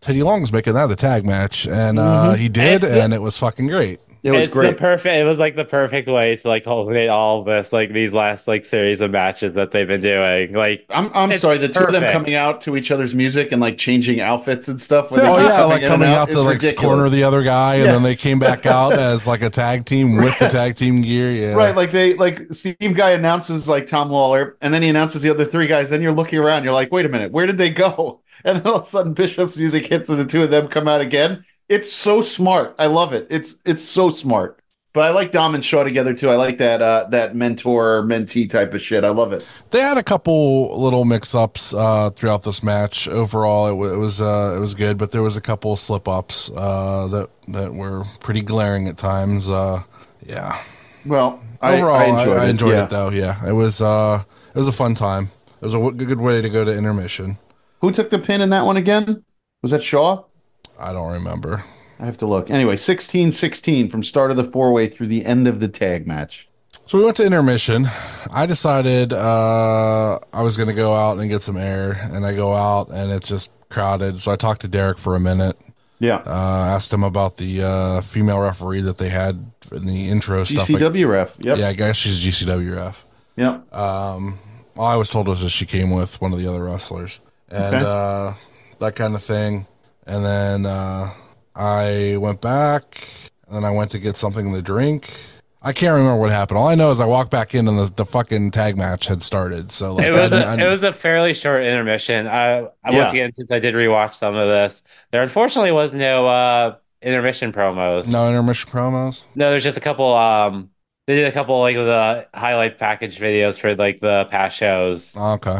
S2: Teddy Long's making that a tag match, and uh, he did, and it was fucking great.
S1: It was
S3: it's
S1: great.
S3: the perfect. It was like the perfect way to like culminate all of this, like these last like series of matches that they've been doing. Like
S1: I'm I'm
S3: it's
S1: sorry, the two of them
S3: perfect.
S1: coming out to each other's music and like changing outfits and stuff. when they
S2: Oh
S1: keep
S2: yeah, like
S1: in and
S2: coming out
S1: it's
S2: to like
S1: ridiculous.
S2: corner the other guy, and
S1: Yeah.
S2: then they came back out
S1: (laughs)
S2: as like a tag team with the tag team gear. Yeah,
S1: Right, like they like Steve Guy announces like Tom Lawler, and then he announces the other three guys. Then you're looking around, you're like, wait a minute, where did they go? (laughs) And then all of a sudden, Bishop's music hits, and the two of them come out again. It's so smart. I love it. It's it's so smart. But I like Dom and Shaw together too. I like that uh, that mentor mentee type of shit. I love it.
S2: they had a couple little mix-ups uh, throughout this match. Overall, it, w- it was uh, it was good, but there was a couple slip-ups uh, that that were pretty glaring at times. Uh, yeah,
S1: Well, I,
S2: overall,
S1: I enjoyed, it. yeah.
S2: though. Yeah, it was uh, it was a fun time. It was a w- good way to go to intermission.
S1: Who took the pin in that one again? Was that Shaw?
S2: I don't remember.
S1: I have to look. Anyway, 16-16 from start of the four way through the end of the tag match.
S2: So we went to intermission. I decided uh, I was going to go out and get some air, and I go out and it's just crowded. So I talked to Derek for a minute.
S1: Yeah,
S2: Uh, asked him about the uh, female referee that they had in the intro stuff. like-
S1: GCW E ref. Yep.
S2: yeah, I guess she's GCW ref.
S1: Yep.
S2: all Um, I was told was that she came with one of the other wrestlers and
S1: Okay.
S2: uh, that kind of thing. And then uh, I went back and then I went to get something to drink. I can't remember what happened. All I know is I walked back in and the, the fucking tag match had started. So like,
S3: it
S2: I
S3: was
S2: didn't-
S3: a,
S2: I
S3: it
S2: didn't-
S3: was a fairly short intermission. I, I
S1: Yeah.
S3: once again since I did rewatch some of this, there unfortunately was no uh intermission promos.
S2: no intermission promos.
S3: No, there's just a couple. Um, they did a couple like the highlight package videos for like the past shows.
S2: Ah, Okay.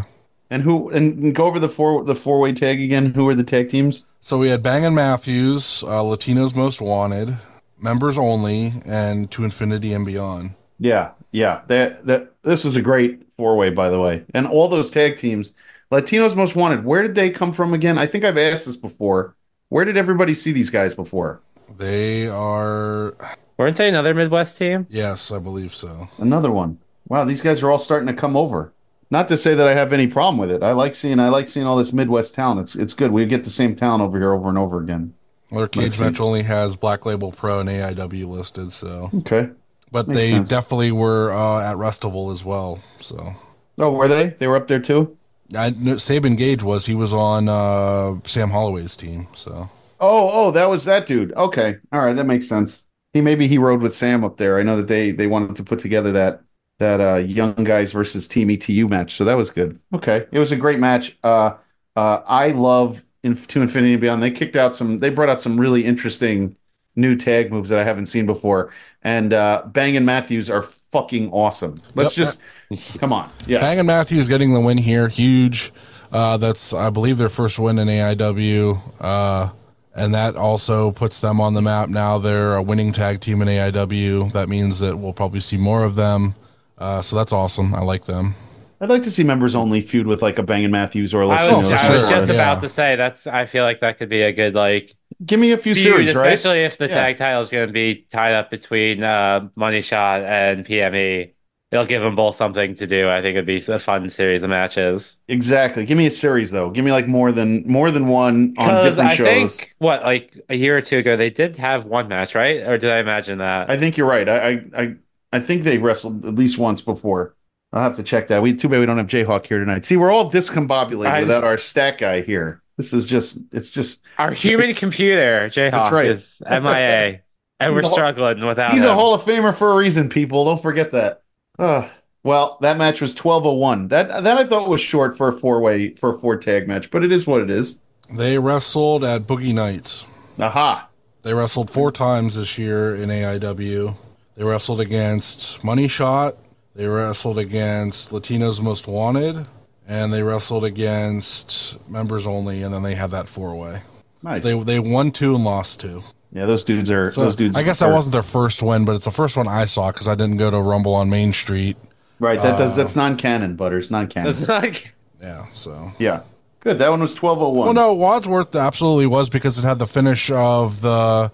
S1: And who and and go over the four the four way tag again? Who are the tag teams?
S2: So we had Bangin' Matthews, uh, Latinos Most Wanted, Members Only, and To Infinity and Beyond.
S1: Yeah, yeah. That that this was a great four way, by the way. And all those tag teams, Latinos Most Wanted. Where did they come from again? I think I've asked this before. Where did everybody see these guys before?
S2: They are,
S3: Weren't they another Midwest team?
S2: yes, I believe so.
S1: Another one. Wow, these guys are all starting to come over. Not to say that I have any problem with it. I like seeing I like seeing all this Midwest town. It's it's good. We get the same town over here over and over again.
S2: Well, their cage
S1: Makes
S2: match only has Black Label Pro and AIW listed, so
S1: Okay.
S2: but
S1: Makes
S2: they
S1: sense.
S2: definitely were uh, at Restival as well. So
S1: Oh, were they? They were up there too?
S2: I know Saban Gage was he was on uh, Sam Holloway's team. So
S1: Oh, oh, that was that dude. Okay. All right, that makes sense. He maybe he rode with Sam up there. I know that they they wanted to put together that that uh young guys versus team ETU match. So that was good. Okay. It was a great match. Uh uh I love in to Infinity and Beyond. They kicked out some they brought out some really interesting new tag moves that I haven't seen before. And uh Bang and Matthews are fucking awesome. Let's
S2: Yep. (laughs)
S1: just come on. Yeah.
S2: Bang and Matthews getting the win here, huge. Uh, that's I believe their first win in AIW, uh, and that also puts them on the map. Now they're a winning tag team in AIW. That means that we'll probably see more of them. Uh, so that's awesome. I like them.
S1: I'd like to see members only feud with like a Bang and Matthews or a
S3: I
S1: Latino.
S3: was,
S2: Oh,
S3: I
S2: for
S3: was
S2: sure,
S3: just
S2: yeah.
S3: about to say that's. I feel like that could be a good like
S1: Give me a few
S3: feud,
S1: series, right?
S3: especially if the
S1: Yeah.
S3: tag title is going to be tied up between uh, Money Shot and PME. It'll give them both something to do. I think it'd be a fun series of matches.
S1: Exactly. Give me a series though. Give me like more than more than one on
S3: Because
S1: different
S3: I
S1: shows.
S3: think what like a year or two ago they did have one match, right? Or did I imagine that?
S1: I think you're right. I, I I I think they wrestled at least once before. I'll have to check that. We too bad we don't have Jayhawk here tonight. See, we're all discombobulated
S3: I-
S1: without our stat guy here. This is just it's just
S3: Our human computer, Jayhawk,
S1: right.
S3: is MIA, and
S1: He's (laughs)
S3: we're
S1: a whole-
S3: struggling without
S1: he's
S3: him. (laughs)
S1: a Hall of Famer for a reason, people. Don't forget that. Ugh. well, that match was 1201. That that I thought was short for a four-way for a four-tag match, but it is what it is.
S2: They wrestled at Boogie Nights.
S1: Aha.
S2: They wrestled four times this year in AIW. They wrestled against Money Shot. They wrestled against Latinos Most Wanted. And they wrestled against Members Only. And then they had that four way.
S1: Nice.
S2: They, they won two and lost two.
S1: yeah, those dudes are
S2: So
S1: those dudes
S2: I guess
S1: are,
S2: that wasn't their first win, but it's the first one I saw because I didn't go to Rumble on Main Street.
S1: Right, that does
S3: Uh,
S1: that's non-canon, Butters, non-canon.
S3: It's like
S2: Yeah, so.
S1: (laughs) Yeah. Good. That one was 1201.
S2: Well, no, Wadsworth absolutely was because it had the finish of the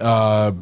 S2: uh,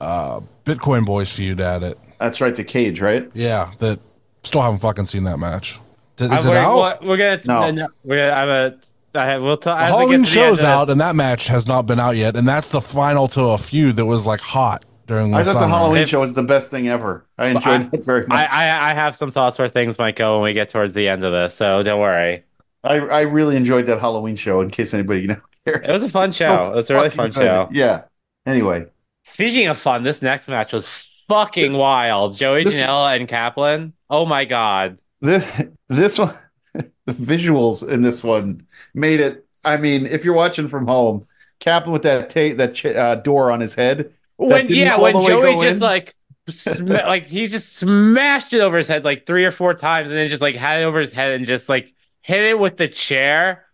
S2: uh, Bitcoin Boys feud at it.
S1: That's right. The cage, right?
S2: Yeah, that still haven't fucking seen that match. Did,
S3: I'm
S2: is it
S3: worried-
S2: out?
S3: what- we're gonna
S1: No.
S3: no. no, we're gonna. I'm a. I have. We'll tell.
S2: The
S3: as we get
S2: Halloween
S3: to the end
S2: show's
S3: of
S2: out,
S3: this-
S2: and that match has not been out yet, and that's the final to a feud that was like hot. during the
S1: I thought the
S2: summer.
S1: Halloween
S3: If-
S1: show was the best thing ever. I
S3: But
S1: enjoyed it very
S3: I,
S1: much.
S3: I I have some thoughts where things might go when we get towards the end of this, so don't worry.
S1: I, I really enjoyed that Halloween show. In case anybody you know (laughs) cares,
S3: It was a fun show. It was a really fun
S1: Oh, Fucking good.
S3: show.
S1: Yeah. Anyway,
S3: Speaking of fun, this next match was fucking
S1: This-
S3: wild. Joey
S1: this-
S3: Janela and Kaplan. Oh my god.
S1: this (laughs) this one, the visuals in this one made it. I mean, if you're watching from home, Kaplan with that ta- that ch- uh, door on his head.
S3: When
S1: didn't
S3: yeah,
S1: all
S3: when
S1: the way
S3: Joey
S1: go
S3: just
S1: in?
S3: like sm- (laughs) like he just smashed it over his head like three or four times and then just like had it over his head and just like hit it with the chair.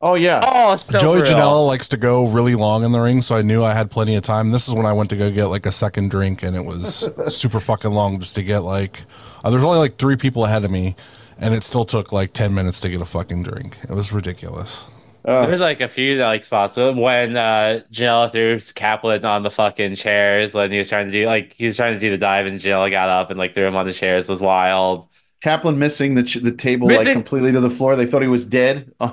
S1: Oh yeah,
S3: Oh so
S2: Joey
S3: brutal.
S2: Janela likes to go really long in the ring, so I knew I had plenty of time. This is when I went to go get like a second drink, and
S1: (laughs)
S2: it was super fucking long just to get like. Uh, There's only like three people ahead of me, and it still took like ten minutes to get a fucking drink. It was ridiculous.
S1: Uh,
S3: There was like a few like spots when uh Janela threw Kaplan on the fucking chairs when he was trying to do like he was trying to do the dive and Janela got up and like threw him on the chairs was wild.
S1: Kaplan missing the ch- the table
S3: Missing-
S1: like completely to the floor. They thought he was dead. (laughs) On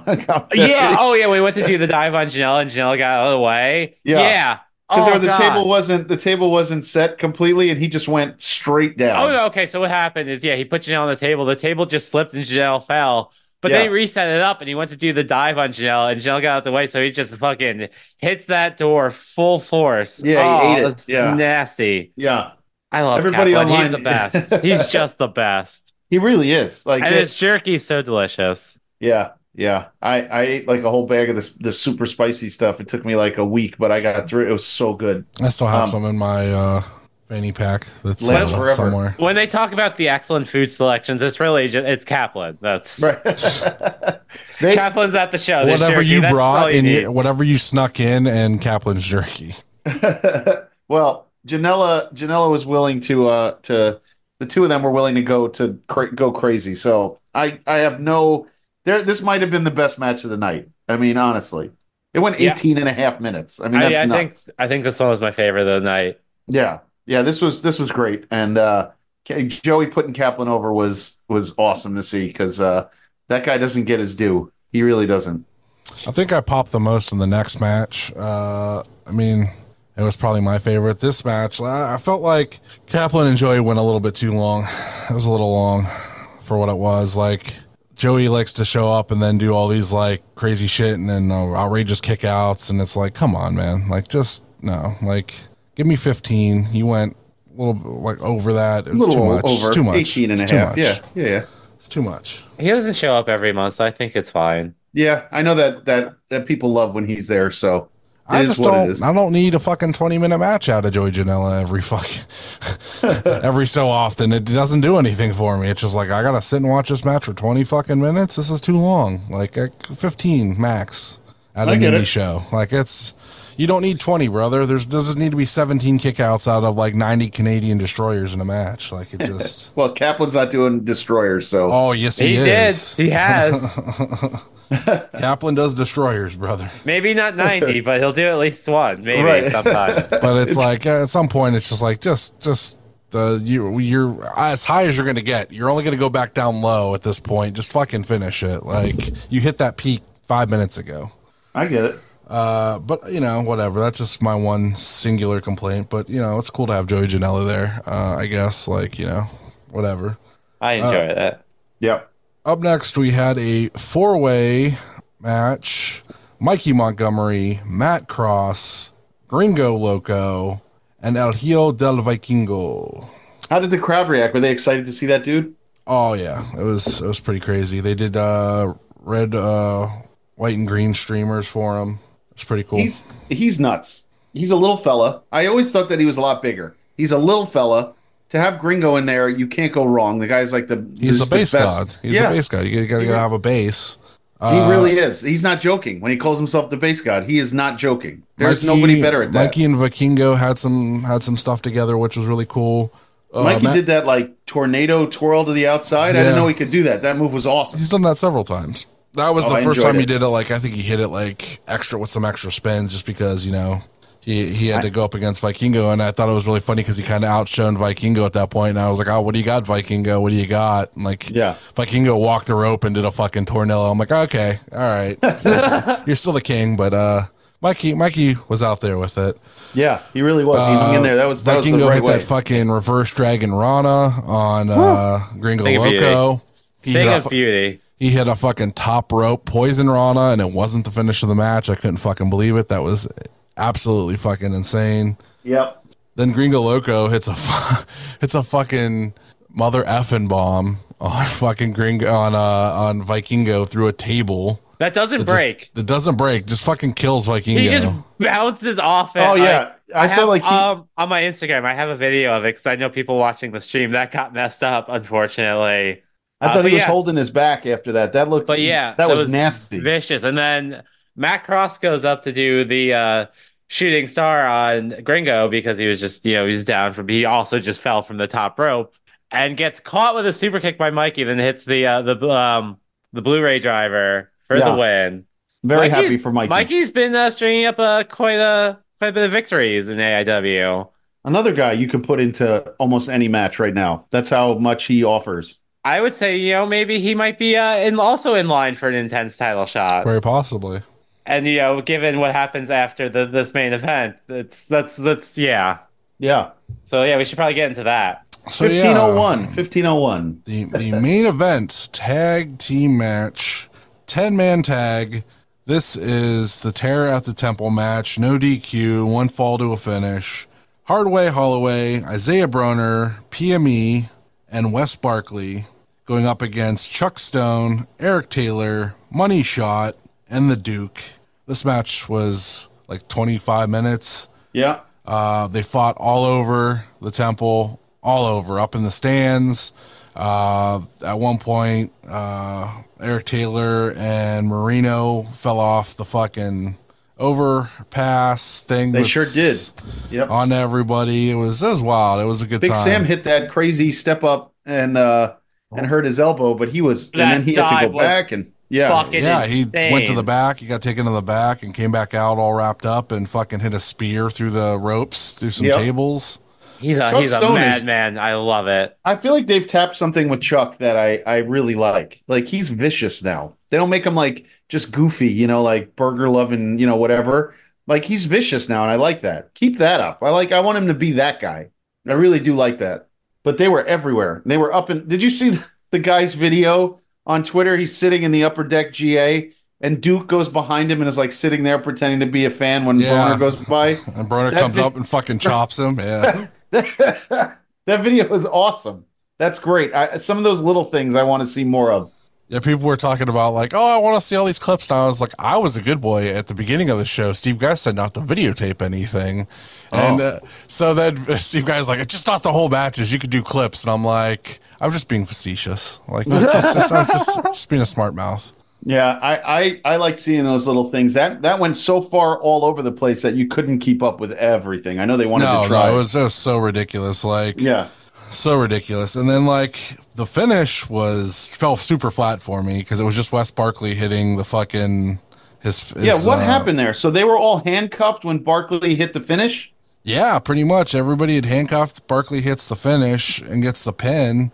S3: Yeah. Oh (laughs) yeah. We went to do the dive on Janela and Janela got out of the way.
S1: Yeah.
S3: Yeah.
S1: because
S3: Oh,
S1: the
S3: God.
S1: table wasn't the table wasn't set completely, and he just went straight down.
S3: Oh, no, okay. So what happened is, yeah, he put Janelle on the table. The table just slipped and Janelle fell. But then
S1: Yeah.
S3: he reset it up and he went to do the dive on Janelle and Janelle got out the way. So he just fucking hits that door full force.
S1: Yeah, he
S3: Oh,
S1: ate it.
S3: was
S1: Yeah.
S3: nasty.
S1: Yeah,
S3: I love
S1: Everybody
S3: everybody online. He's the
S1: (laughs) online-
S3: best. He's just the best.
S1: he really is. Like
S3: and
S1: this-
S3: his jerky's so delicious.
S1: Yeah, yeah. I I ate like a whole bag of this the super spicy stuff. It took me like a week, but I got through. It It was so good.
S2: I still have
S1: Um,
S2: some in my uh, fanny pack that's
S1: Lives
S2: uh,
S1: forever.
S2: somewhere.
S3: When they talk about the excellent food selections, it's really just it's Kaplan. That's
S1: (laughs) Right. they
S3: Kaplan's at the show. There's
S2: whatever
S3: Oh, jerky.
S2: you
S3: That's all
S2: brought
S3: you
S2: in,
S3: need.
S2: your, whatever you snuck in, and Kaplan's jerky.
S1: (laughs) well, Janela Janela was willing to uh to the two of them were willing to go to cra- go crazy. So I I have no there this might have been the best match of the night. I mean, honestly. It went
S3: Yeah.
S1: 18 and a half minutes. I mean, that's
S3: I, I think
S1: nuts.
S3: I think this one was my favorite of the night.
S1: Yeah. Yeah, this was this was great and uh K- Joey putting Kaplan over was was awesome to see cuz uh that guy doesn't get his due. He really doesn't.
S2: I think I popped the most in the next match. Uh, I mean, it was probably my favorite. This match, I I felt like Kaplan and Joey went a little bit too long. It was a little long for what it was. Like Joey likes to show up and then do all these like crazy shit and then uh, outrageous kickouts, and it's like, come on, man, like just no, like give me fifteen. You went a little bit, like over that. It's
S1: a little
S2: too much.
S1: over
S2: It's too much.
S1: 18 and
S2: It's
S1: a
S2: too
S1: half.
S2: much.
S1: Yeah. Yeah, yeah.
S2: It's too much.
S3: He doesn't show up every month, so I think it's fine.
S1: Yeah, I know that that that people love when he's there. So it
S2: I
S1: is
S2: just
S1: what it
S2: don't.
S1: is.
S2: I don't need a fucking twenty minute match out of Joey Janela every
S1: (laughs)
S2: fucking every so often. It doesn't do anything for me. It's just like I gotta sit and watch this match for twenty fucking minutes. This is too long. Like uh, fifteen max at
S1: I
S2: an
S1: get
S2: indie
S1: it.
S2: show. Like it's you don't need twenty, brother. There's doesn't need to be seventeen kickouts out of like ninety Canadian destroyers in a match.
S1: (laughs)
S2: Like it just.
S1: Well, Kaplan's not doing destroyers, so
S2: Oh yes, he,
S3: He, did.
S2: is. (laughs)
S3: He has.
S2: Kaplan does destroyers, brother.
S3: Maybe not ninety, but he'll do at least one. Maybe
S1: Right.
S3: (laughs) sometimes.
S2: but it's like uh, at some point it's just like just just the you you're as high as you're gonna get you're only gonna go back down low at this point just fucking finish it like you hit that peak five minutes ago
S1: I get it.
S2: uh, but you know whatever that's just my one singular complaint but you know it's cool to have joey janela there uh, i guess like you know whatever Uh,
S3: I enjoy that.
S1: Yep.
S2: up next, we had a four way match Mikey Montgomery, Matt Cross, Gringo Loco, and El Hijo del Vikingo.
S1: How did the crowd react? Were they excited to see that dude?
S2: Oh, yeah. It was, it was pretty crazy. They did uh, red, uh, white, and green streamers for him. It's pretty cool.
S1: He's he's nuts. He's a little fella. I always thought that he was a lot bigger. He's a little fella. To have Gringo in there, you can't go wrong. The guy's like the
S2: He's a
S1: the
S2: base
S1: best.
S2: god. He's
S1: yeah,
S2: a base god. You gotta, gotta have a base.
S1: he really is. He's not joking when he calls himself the base god. He is not joking. There's
S2: Mikey-
S1: nobody better at that.
S2: Mikey and Vikingo had some had some stuff together, which was really cool. Uh,
S1: Mikey
S2: Matt-
S1: did that like tornado twirl to the outside. I
S2: Yeah.
S1: didn't know he could do that. That move was awesome.
S2: He's done that several times. That was
S1: Oh,
S2: the
S1: I
S2: first
S1: enjoyed
S2: time he
S1: it.
S2: did it. Like I think he hit it like extra with some extra spins, just because you know he he had to go up against Vikingo, and I thought it was really funny because he kind of outshone Vikingo at that point, and I was like, oh, what do you got, Vikingo? What do you got? And like,
S1: Yeah.
S2: Vikingo walked
S1: (laughs)
S2: the rope and did a fucking tornillo. I'm like, okay, all right, you're still the king, but uh, Mikey, Mikey was out there with it.
S1: Yeah, he really was. He hung in there. That was that was the
S2: Vikingo
S1: right
S2: hit
S1: way.
S2: that fucking reverse dragon Rana on uh, Gringo
S3: Thing of beauty.
S2: Loco. He hit,
S3: Thing
S2: a,
S3: of
S2: fu-
S3: beauty.
S2: he hit a fucking top rope poison Rana, and it wasn't the finish of the match. I couldn't fucking believe it. That was absolutely fucking insane.
S1: yep.
S2: Then Gringo Loco hits a (laughs) fu- hits a fucking mother effing bomb on (laughs) fucking Gringo on uh, on Vikingo through a table.
S3: That doesn't
S2: It just-
S3: break.
S2: it doesn't break. Just fucking kills Vikingo.
S3: he just bounces off it.
S1: Oh yeah, I,
S3: I,
S1: felt
S3: have,
S1: like he,
S3: um on my Instagram, I have a video of it because I know people watching the stream that got messed up, unfortunately.
S1: I
S3: uh,
S1: thought
S3: but
S1: he was
S3: yeah.
S1: holding his back after that. That looked.
S3: But yeah,
S1: that, was, nasty.
S3: vicious. And then Matt Cross goes up to do the uh, shooting star on Gringo because he was just you know he's down from he also just fell from the top rope and gets caught with a super kick by Mikey, then hits the uh, the um the Blu-ray driver for
S1: Yeah.
S3: the win.
S1: Very
S3: Mikey's-
S1: happy for Mikey.
S3: Mikey's been uh, stringing up uh, quite a quite a bit of victories in AIW.
S1: Another guy you could put into almost any match right now. That's how much he offers.
S3: I would say, you know, maybe he might be uh, in also in line for an intense title shot.
S2: very possibly.
S3: And you know, given what happens after the, this main event, that's that's that's yeah.
S1: Yeah.
S3: So yeah, we should probably get into that.
S2: So yeah.
S1: 1501. 1501.
S2: The the main event tag team match, ten man tag. This is the Terror at the Temple match. No DQ, one fall to a finish. Hardway Holloway, Isaiah Broner, PME, and Wes Barkley going up against Chuck Stone, Eric Taylor, Money Shot, and the Duke. This match was like 25 minutes.
S1: Yeah.
S2: Uh, they fought all over the temple, all over, up in the stands. Uh, at one point, uh, Eric Taylor and Marino fell off the fucking overpass thing.
S1: They
S2: that's
S1: sure did. Yep.
S2: On everybody. It was, it was wild. It was a good
S1: Big
S2: time.
S1: Sam hit that crazy step up and uh and hurt his elbow, but he was
S3: That
S1: and then he had to
S3: dive
S1: go
S3: was
S1: back and yeah.
S3: Fucking
S2: yeah, he went to
S3: insane.
S2: the back. He got taken to the back and came back out all wrapped up and fucking hit a spear through the ropes, through some
S1: Yep.
S2: tables.
S3: He's a
S1: Chuck
S3: he's a
S1: Stone is-
S3: madman. I love it.
S1: I feel like they've tapped something with Chuck that I I really like. Like he's vicious now. They don't make him like just goofy, you know, like burger loving, you know, whatever. Like he's vicious now, and I like that. Keep that up. I like. I want him to be that guy. I really do like that. But they were everywhere. They were up in. Did you see the guy's video on Twitter? He's sitting in the upper deck GA, and Duke goes behind him and is like sitting there pretending to be a fan when
S2: Yeah.
S1: Broner goes by.
S2: And Broner
S1: That
S2: comes
S1: did-
S2: up and fucking chops him. Yeah.
S1: (laughs) that video was awesome. That's great. I, some of those little things I want to see more of.
S2: Yeah, people were talking about like, oh, I want to see all these clips. And I was like, I was a good boy at the beginning of the show. Steve Guy said not to videotape anything,
S1: Oh.
S2: and uh, so then (laughs) Steve Guy's like, just not the whole matches. You could do clips, and I'm like, I'm just being facetious. Like, just, just,
S1: (laughs)
S2: I'm just, just being a smart mouth.
S1: Yeah, I, I I like seeing those little things. That that went so far all over the place that you couldn't keep up with everything. I know they wanted
S2: No,
S1: to try.
S2: no,
S1: it.
S2: it was, it was so ridiculous. Like,
S1: yeah,
S2: so ridiculous. And then like the finish was fell super flat for me because it was just Wes Barkley hitting the fucking his. his
S1: yeah. What
S2: uh,
S1: happened there? So they were all handcuffed when Barkley hit the finish.
S2: Yeah, pretty much. Everybody had handcuffed. Barkley hits the finish and gets the pin.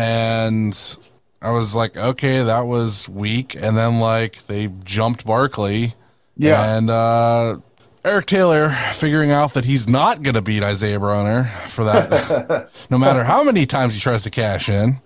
S2: And I was like, okay, that was weak. And then, like, they jumped Barkley.
S1: Yeah.
S2: And uh, Eric Taylor figuring out that he's not going to beat Isaiah Broner for that, no matter how many times he tries to cash in.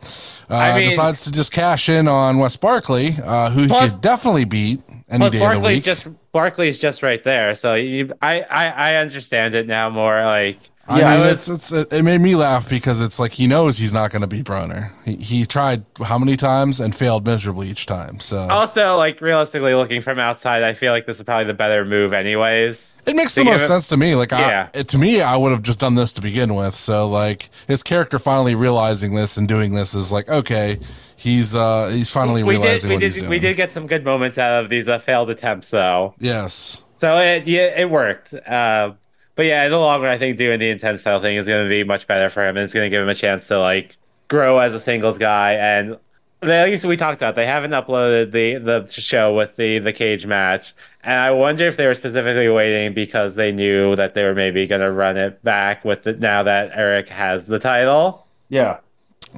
S2: Uh,
S3: I mean-
S2: decides to just cash in on Wes Barkley, uh, who he
S3: Bar-
S2: should definitely beat any
S3: But
S2: day of the
S3: Barkley's
S2: week.
S3: just Barkley's just right there. So you, I, I I understand it now more. Like
S2: I
S1: Yeah,
S2: mean,
S3: I
S2: it's, it's it it made me laugh because it's like he knows he's not going to beat Broner. He, he tried how many times and failed miserably each time. So
S3: also like realistically looking from outside, I feel like this is probably the better move, anyways.
S2: it makes the
S3: Think
S2: most
S3: of it-
S2: sense to me. Like,
S3: Yeah.
S2: I, it, to me, I would have just done this to begin with. So like his character finally realizing this and doing this is like okay, he's uh he's finally
S3: We did
S2: realizing
S3: we
S2: what he's
S3: did
S2: doing.
S3: we did get some good moments out of these uh, failed attempts though.
S2: Yes.
S3: So it yeah, it worked. Uh, but yeah, in the long run, I think doing the intense style thing is going to be much better for him. And it's going to give him a chance to like grow as a singles guy. And they, like we talked about, they haven't uploaded the the show with the the cage match. And I wonder if they were specifically waiting because they knew that they were maybe going to run it back with it now that Eric has the title.
S1: Yeah,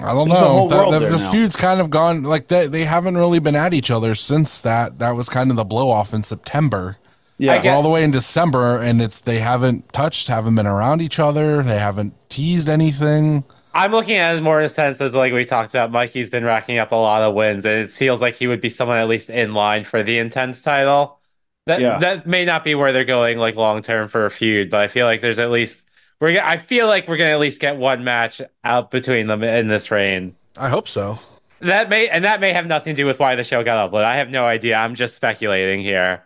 S2: I don't
S1: There's a
S2: know.
S1: whole
S2: That,
S1: world
S2: that-
S1: there
S2: this
S1: now.
S2: feud's kind of gone like they they haven't really been at each other since that that was kind of the blow off in September.
S1: Yeah.
S3: I get-
S2: We're all the way in December, and it's they haven't touched, haven't been around each other, they haven't teased anything.
S3: I'm looking at it more in a sense as like we talked about. Mikey's been racking up a lot of wins, and it feels like he would be someone at least in line for the intense title. That
S1: Yeah.
S3: that may not be where they're going like long term for a feud, but I feel like there's at least we're. go- I feel like we're gonna at least get one match out between them in this reign.
S2: I hope so.
S3: That may and that may have nothing to do with why the show got uploaded. I have no idea. I'm just speculating here.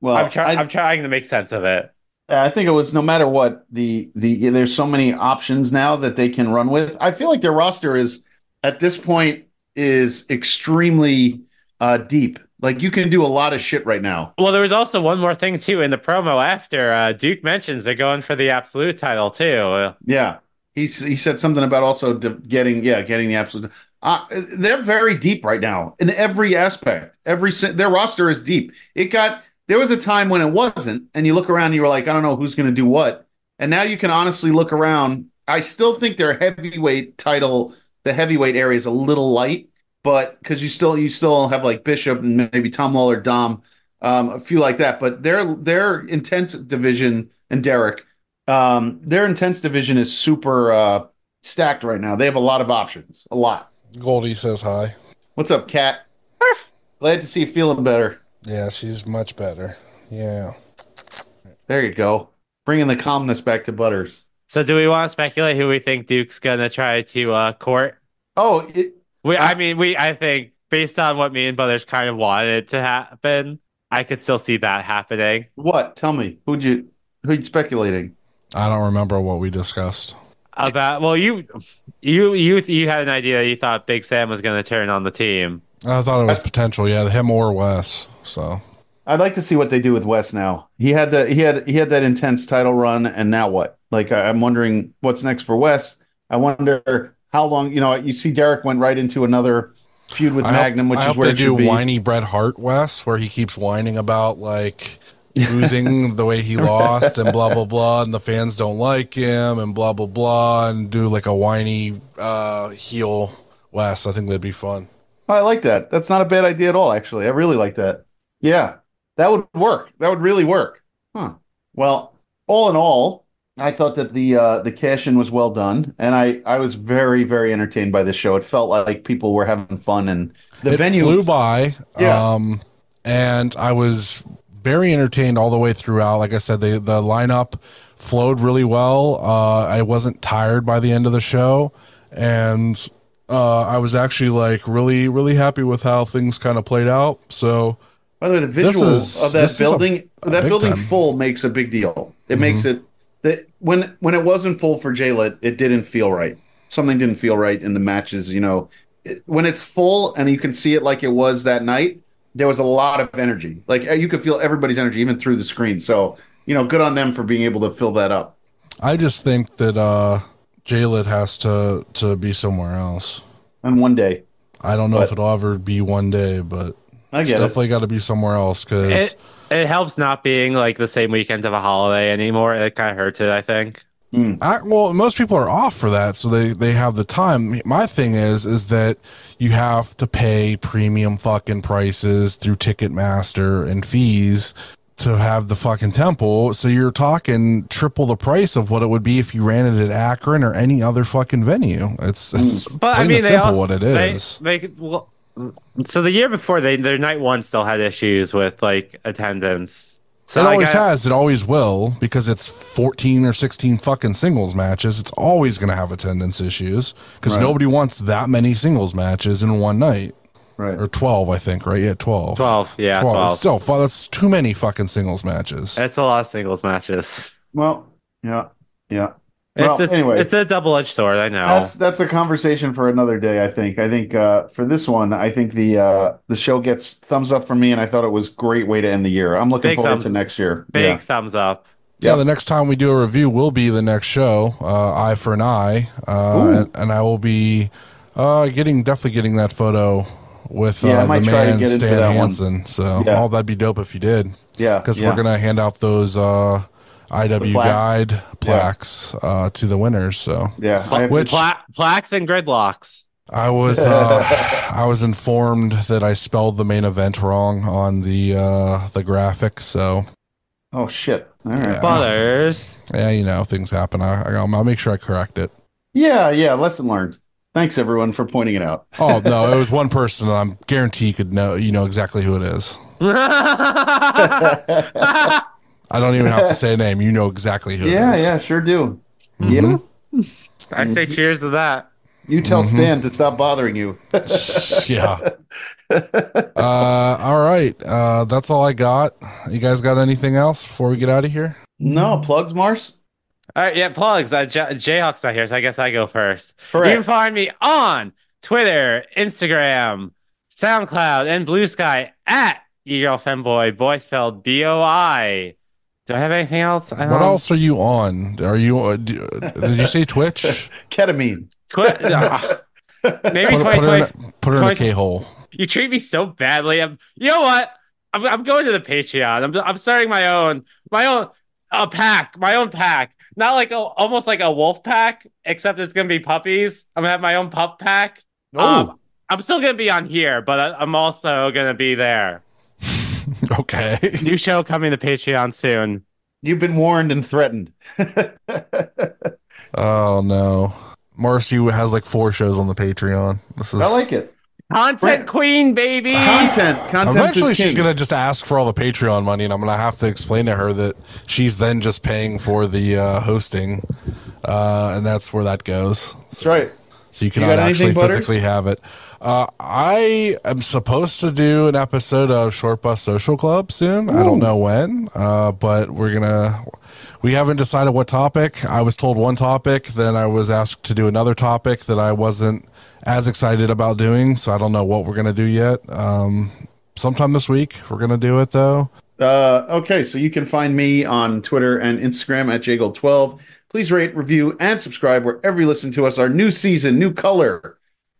S1: well,
S3: I'm trying.
S1: I-
S3: I'm trying to make sense of it.
S1: I think it was no matter what the the there's so many options now that they can run with. I feel like their roster is at this point is extremely uh deep. Like you can do a lot of shit right now.
S3: Well, there was also one more thing too in the promo after uh, Duke mentions they're going for the absolute title too.
S1: Yeah. He s- he said something about also de- getting yeah, getting the absolute uh, they're very deep right now in every aspect. Every si- their roster is deep. It got there was a time when it wasn't and you look around and you were like I don't know who's going to do what. And now you can honestly look around. I still think their heavyweight title, the heavyweight area is a little light, but cuz you still you still have like Bishop and maybe Tom Lawler, Dom, um, a few like that, but their their intense division and Derek um, their intense division is super uh, stacked right now. They have a lot of options. A lot.
S2: Goldie says hi.
S1: What's up, Kat? Glad to see you feeling better.
S2: Yeah, she's much better. Yeah.
S1: There you go. Bringing the calmness back to Butters.
S3: So, do we want to speculate who we think Duke's gonna try to uh, court?
S1: Oh, it,
S3: We, I mean, we, I think based on what me and Brothers kind of wanted to happen, I could still see that happening.
S1: what? Tell me. Who'd you? Who'd you speculating?
S2: I don't remember what we discussed.
S3: About well, you, you, you, you had an idea. You thought Big Sam was gonna turn on the team.
S2: I thought it was potential. Yeah, him or Wes. So
S1: I'd like to see what they do with Wes now. He had the he had he had that intense title run, and now what? Like I, I'm wondering what's next for Wes. I wonder how long. You know, you see, Derek went right into another feud with
S2: I hope-
S1: Magnum, which
S2: I
S1: is
S2: hope
S1: where
S2: they
S1: it
S2: do
S1: should be.
S2: whiny Bret Hart Wes, where he keeps whining about like (laughs) losing the way he lost and blah blah blah, and the fans don't like him and blah blah blah, and do like a whiny uh, heel Wes. I think that'd be fun.
S1: Oh, I like that. That's not a bad idea at all, actually. I really like that. Yeah, that would work. That would really work. Huh. Well, all in all, I thought that the uh, the cash in was well done, and I I was very very entertained by this show. It felt like people were having fun, and the
S2: it
S1: venue.
S2: flew by.
S1: Yeah.
S2: Um, and I was very entertained all the way throughout. Like I said, the the lineup flowed really well. Uh, I wasn't tired by the end of the show, and uh, I was actually like really really happy with how things kind of played out. So
S1: By the way, the
S2: This
S1: visual
S2: is-
S1: of
S2: this
S1: that
S2: is a-
S1: building,
S2: a
S1: that
S2: big
S1: building
S2: time. Mm-hmm.
S1: full makes a big deal. It makes it that when when it wasn't full for Jaylit, it didn't feel right. Something didn't feel right in the matches. You know, It- when it's full and you can see it like it was that night, there was a lot of energy. Like you could feel everybody's energy even through the screen. So you know, good on them for being able to fill that up.
S2: I just think that uh, Jaylit has to to be somewhere else.
S1: And one day,
S2: I don't know if
S1: But-
S2: it'll ever be one day, but
S1: I
S2: it's
S1: get it.
S2: definitely got to be somewhere else because.
S3: It, it helps not being like the same weekend of a holiday anymore. It kind of hurts it, I think.
S2: I, well, most people are off for that, so they they have the time. My thing is is that you have to pay premium fucking prices through Ticketmaster and fees to have the fucking temple. So you're talking triple the price of what it would be if you ran it at Akron or any other fucking venue. It's, it's
S3: But I
S2: plain
S3: mean,
S2: and
S3: they
S2: simple
S3: also,
S2: what it
S3: they-
S2: is.
S3: They, well, so the year before, they their night one still had issues with like attendance. So
S2: it
S3: like,
S2: always
S3: I-
S2: has. It always will because it's 14 or 16 fucking singles matches. It's always going to have attendance issues because
S1: Right.
S2: nobody wants that many singles matches in one night.
S1: Right.
S2: or 12 i think right yeah 12
S3: 12. Yeah,
S2: 12.
S3: 12.
S2: It's still fu- that's too many fucking singles matches
S3: That's a lot of singles matches.
S1: Well, yeah, yeah.
S3: It's,
S1: Well,
S3: it's,
S1: anyway.
S3: it's a double edged sword, I know.
S1: That's that's a conversation for another day. I think. I think uh, for this one, I think the uh, the show gets thumbs up from me, and I thought it was a great way to end the year. I'm looking
S3: Big
S1: forward
S3: thumbs-
S1: to next year.
S3: Big
S1: Yeah.
S3: thumbs up.
S2: yeah
S1: Yep.
S2: the next time we do a review will be the next show uh eye for an eye uh
S1: Ooh.
S2: and, and i will be uh getting definitely getting that photo with
S1: Yeah, I
S2: uh, the
S1: might try to
S2: man
S1: get into
S2: stan
S1: that one.
S2: hansen so
S1: Yeah.
S2: oh that'd be dope if you did
S1: Yeah,
S2: because
S1: yeah.
S2: we're gonna hand out those uh iw
S1: The plaques?
S2: guide plaques uh to the winners so
S1: Yeah, I have to-
S2: Which-
S3: Pla- plaques and gridlocks.
S2: I
S1: (laughs)
S2: was uh, I was informed that I spelled the main event wrong on the uh, the graphic, so
S1: Oh shit! All right.
S2: Yeah.
S3: Butters. (laughs)
S2: Yeah, you know, things happen. I, I- I'll make sure I correct it.
S1: Yeah, yeah. Lesson learned. Thanks everyone for pointing it
S3: (laughs)
S1: out.
S2: Oh no, it was one person. I'm guarantee you could know. You know exactly who it is.
S3: yeah,
S2: I don't even have to say a name. You know exactly who.
S1: Yeah,
S2: it is.
S1: yeah, sure do. Yeah.
S2: Mhm.
S3: I say cheers to that.
S1: You tell
S2: Mm-hmm.
S1: Stan to stop bothering you.
S2: (laughs) yeah. Uh, all right. Uh, that's all I got. You guys got anything else before we get out of here?
S1: no plugs, Mars.
S3: All right, yeah, plugs. Uh, J- Jayhawk's not here, so I guess I go first. You can
S1: Correct.
S3: find me on Twitter, Instagram, SoundCloud, and Blue Sky at eGirl Femboy, boy spelled B O I. Do I have anything else? I
S2: What
S3: don't-
S2: else are you on? Are you? Uh, do, did you say
S3: (laughs)
S2: Twitch?
S1: Ketamine.
S3: Twi-
S2: (laughs)
S3: Ah. Maybe
S2: put, put her in
S3: 2020.
S2: a, put her in a
S3: Twice-
S2: K hole.
S3: You treat me so badly. I'm, you know what? I'm, I'm going to the Patreon. I'm, I'm starting my own, my own, a pack, my own pack. Not like a, almost like a wolf pack, except it's gonna be puppies. I'm gonna have my own pup pack.
S2: Oh.
S1: Ah,
S3: Um, I'm still gonna be on here, but I, I'm also gonna be there.
S2: Okay.
S3: New show coming to Patreon soon.
S1: You've been warned and threatened.
S2: (laughs) Oh no. Marcy has like four shows on the Patreon. This is
S1: I like it.
S3: Content
S1: Right.
S3: queen, baby.
S1: Content. Content.
S2: Eventually,
S1: is
S2: she's
S1: king.
S2: gonna just ask for all the Patreon money, and I'm gonna have to explain to her that she's then just paying for the uh, hosting, uh, and that's where that goes.
S1: That's right.
S2: So you
S1: got
S2: cannot
S1: anything,
S2: actually
S1: Butters?
S2: physically have it. Uh, I am supposed to do an episode of Short Bus Social Club soon. I don't know when, uh, but we're gonna. We haven't decided what topic. I was told one topic, then I was asked to do another topic that I wasn't as excited about doing. So I don't know what we're gonna do yet. Um, sometime this week we're gonna do it though.
S1: Uh, okay, so you can find me on Twitter and Instagram at jgold12. Please rate, review, and subscribe wherever you listen to us. Our new season, new color.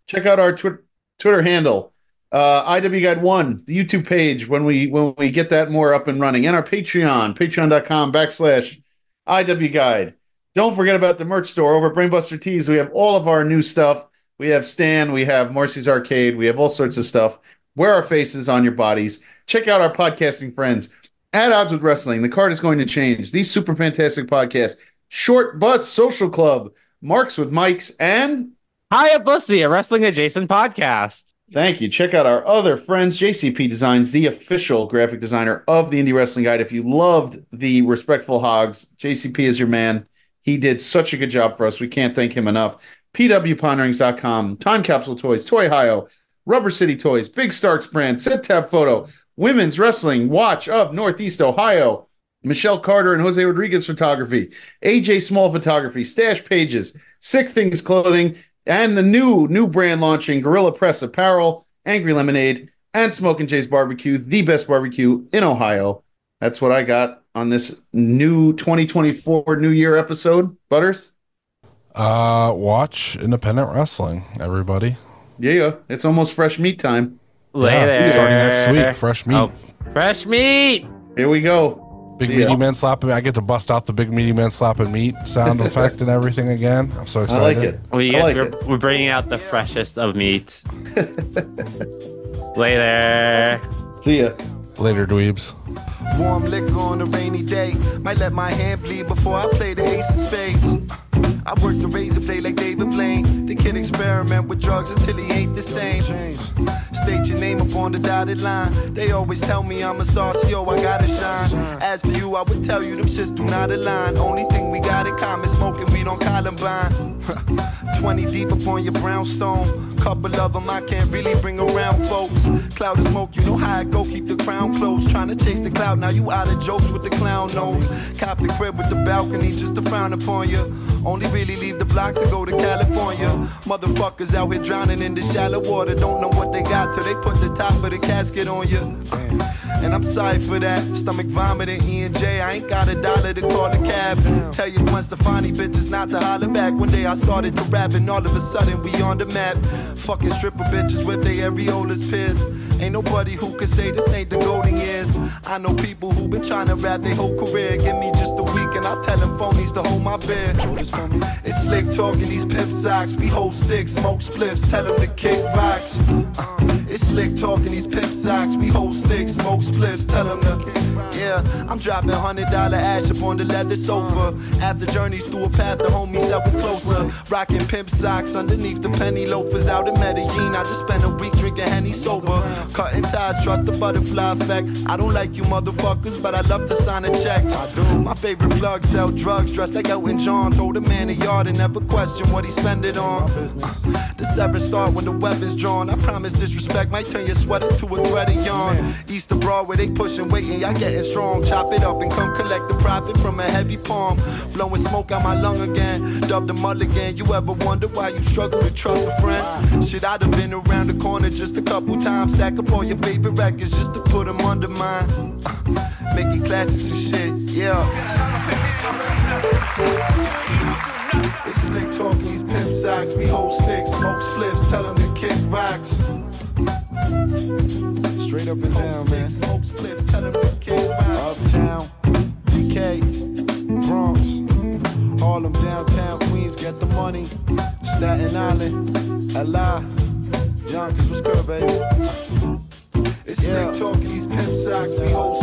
S1: Check out our tw- Twitter handle, uh, IW Guide One, the YouTube page when we when we get that more up and running, and our Patreon, Patreon.com backslash IW Guide. Don't forget about the merch store over at Brainbuster Tees. We have all of our new stuff. We have Stan, we have Marcy's Arcade, we have all sorts of stuff. Wear our faces on your bodies. Check out our podcasting friends at Odds with Wrestling. The card is going to change. These super fantastic podcasts: Short Bus Social Club, Marks with Mikes, and
S3: Hiya Bussy, a wrestling adjacent podcast.
S1: Thank you. Check out our other friends, JCP Designs, the official graphic designer of the Indie Wrestling Guide. If you loved the Respectful Hogs, JCP is your man. He did such a good job for us. We can't thank him enough. PWPonderings.com, Time Capsule Toys, Toy Hio, Rubber City Toys, Big Starks Brand, Set Tab Photo, Women's Wrestling Watch of Northeast Ohio, Michelle Carter and Jose Rodriguez Photography, AJ Small Photography, Stash Pages, Sick Things Clothing, and the new new brand launching Gorilla Press Apparel, Angry Lemonade, and Smoke and Jay's Barbecue, the best barbecue in Ohio. That's what I got on this new 2024 New Year episode. Butters,
S2: Uh, watch independent wrestling, everybody.
S1: yeah, yeah, it's almost fresh meat time.
S3: Later.
S2: starting next week, fresh meat.
S3: Oh. Fresh meat.
S1: Here we go.
S2: Big
S1: Yeah.
S2: meaty man slapping. I get to bust out the big meaty man slapping meat
S1: (laughs)
S2: sound effect and everything again. I'm so
S1: I
S2: excited.
S1: like it.
S3: We
S1: I
S3: get,
S1: like
S3: we're,
S1: it.
S3: we're bringing out the freshest
S1: (laughs)
S3: of meat. Later.
S1: See ya.
S2: Later, dweebs.
S6: Warm liquor on a rainy day. Might let my hand bleed before I play the ace of spades. I work the razor blade like David Blaine. The kid experiment with drugs until he ain't the same. State your name up on the dotted line. They always tell me I'm a star, so yo, I gotta shine. As for you, I would tell you them shits do not align. Only thing we got in common, smoking weed on Columbine. (laughs) 20 deep upon your brownstone. Couple of them I can't really bring around, folks. Cloud of smoke, you know how it go, keep the crown closed. Trying to chase the cloud, now you out of jokes with the clown nose. Cop the crib with the balcony just to frown upon you. Only really leave the block to go to California. Motherfuckers out here drowning in the shallow water. Don't know what they got till they put the top of the casket on you. And I'm sorry for that. Stomach vomiting, E and J. I ain't got a dollar to call a cab. Tell your Gwen Stefani bitches not to holler back. One day I started to rap, and all of a sudden we on the map. Fucking stripper bitches with their areolas pierced. Ain't nobody who can say this ain't the golden years. I know people who been trying to rap their whole career. Give me just a week and I tell them phonies to hold my beer. It's slick talking these pimp socks. We hold sticks, smoke spliffs, tell them to kick rocks. Uh, it's slick talking these pimp socks. We hold sticks, smoke spliffs, tell them to. Yeah, I'm dropping hundred dollar ash upon the leather sofa. After journeys through a path, the homies that was closer. Rocking pimp socks underneath the penny loafers out in Medellin. I just spent a week drinking Henny sober. Cutting ties, trust the butterfly effect. I don't like you motherfuckers, but I love to sign a check. I do. My favorite plug sell drugs, dressed like Elton John. Throw the man a yard and never question what he spend it on. The severance start when the weapon's drawn. I promise disrespect might turn your sweater to a thread of yarn. East of Broadway, they pushing weight and y'all getting strong. Chop it up and come collect the profit from a heavy palm. Blowing smoke out my lung again. Dub the mulligan. You ever wonder why you struggle to trust a friend? Shit, I'd have been around the corner just a couple times. Stack up all your favorite records just to put them under mine. Making classics and shit, yeah. It's slick talking these pimp socks. We hold sticks, smoke spliffs, tell them to kick rocks. Straight up and down, man. Smoke spliffs, tell them to kick rocks. Uptown, DK, Bronx, Harlem, downtown, Queens, get the money. Staten Island, LI, Yonkers, what's good, baby? It's slick talking these pimp socks. We hold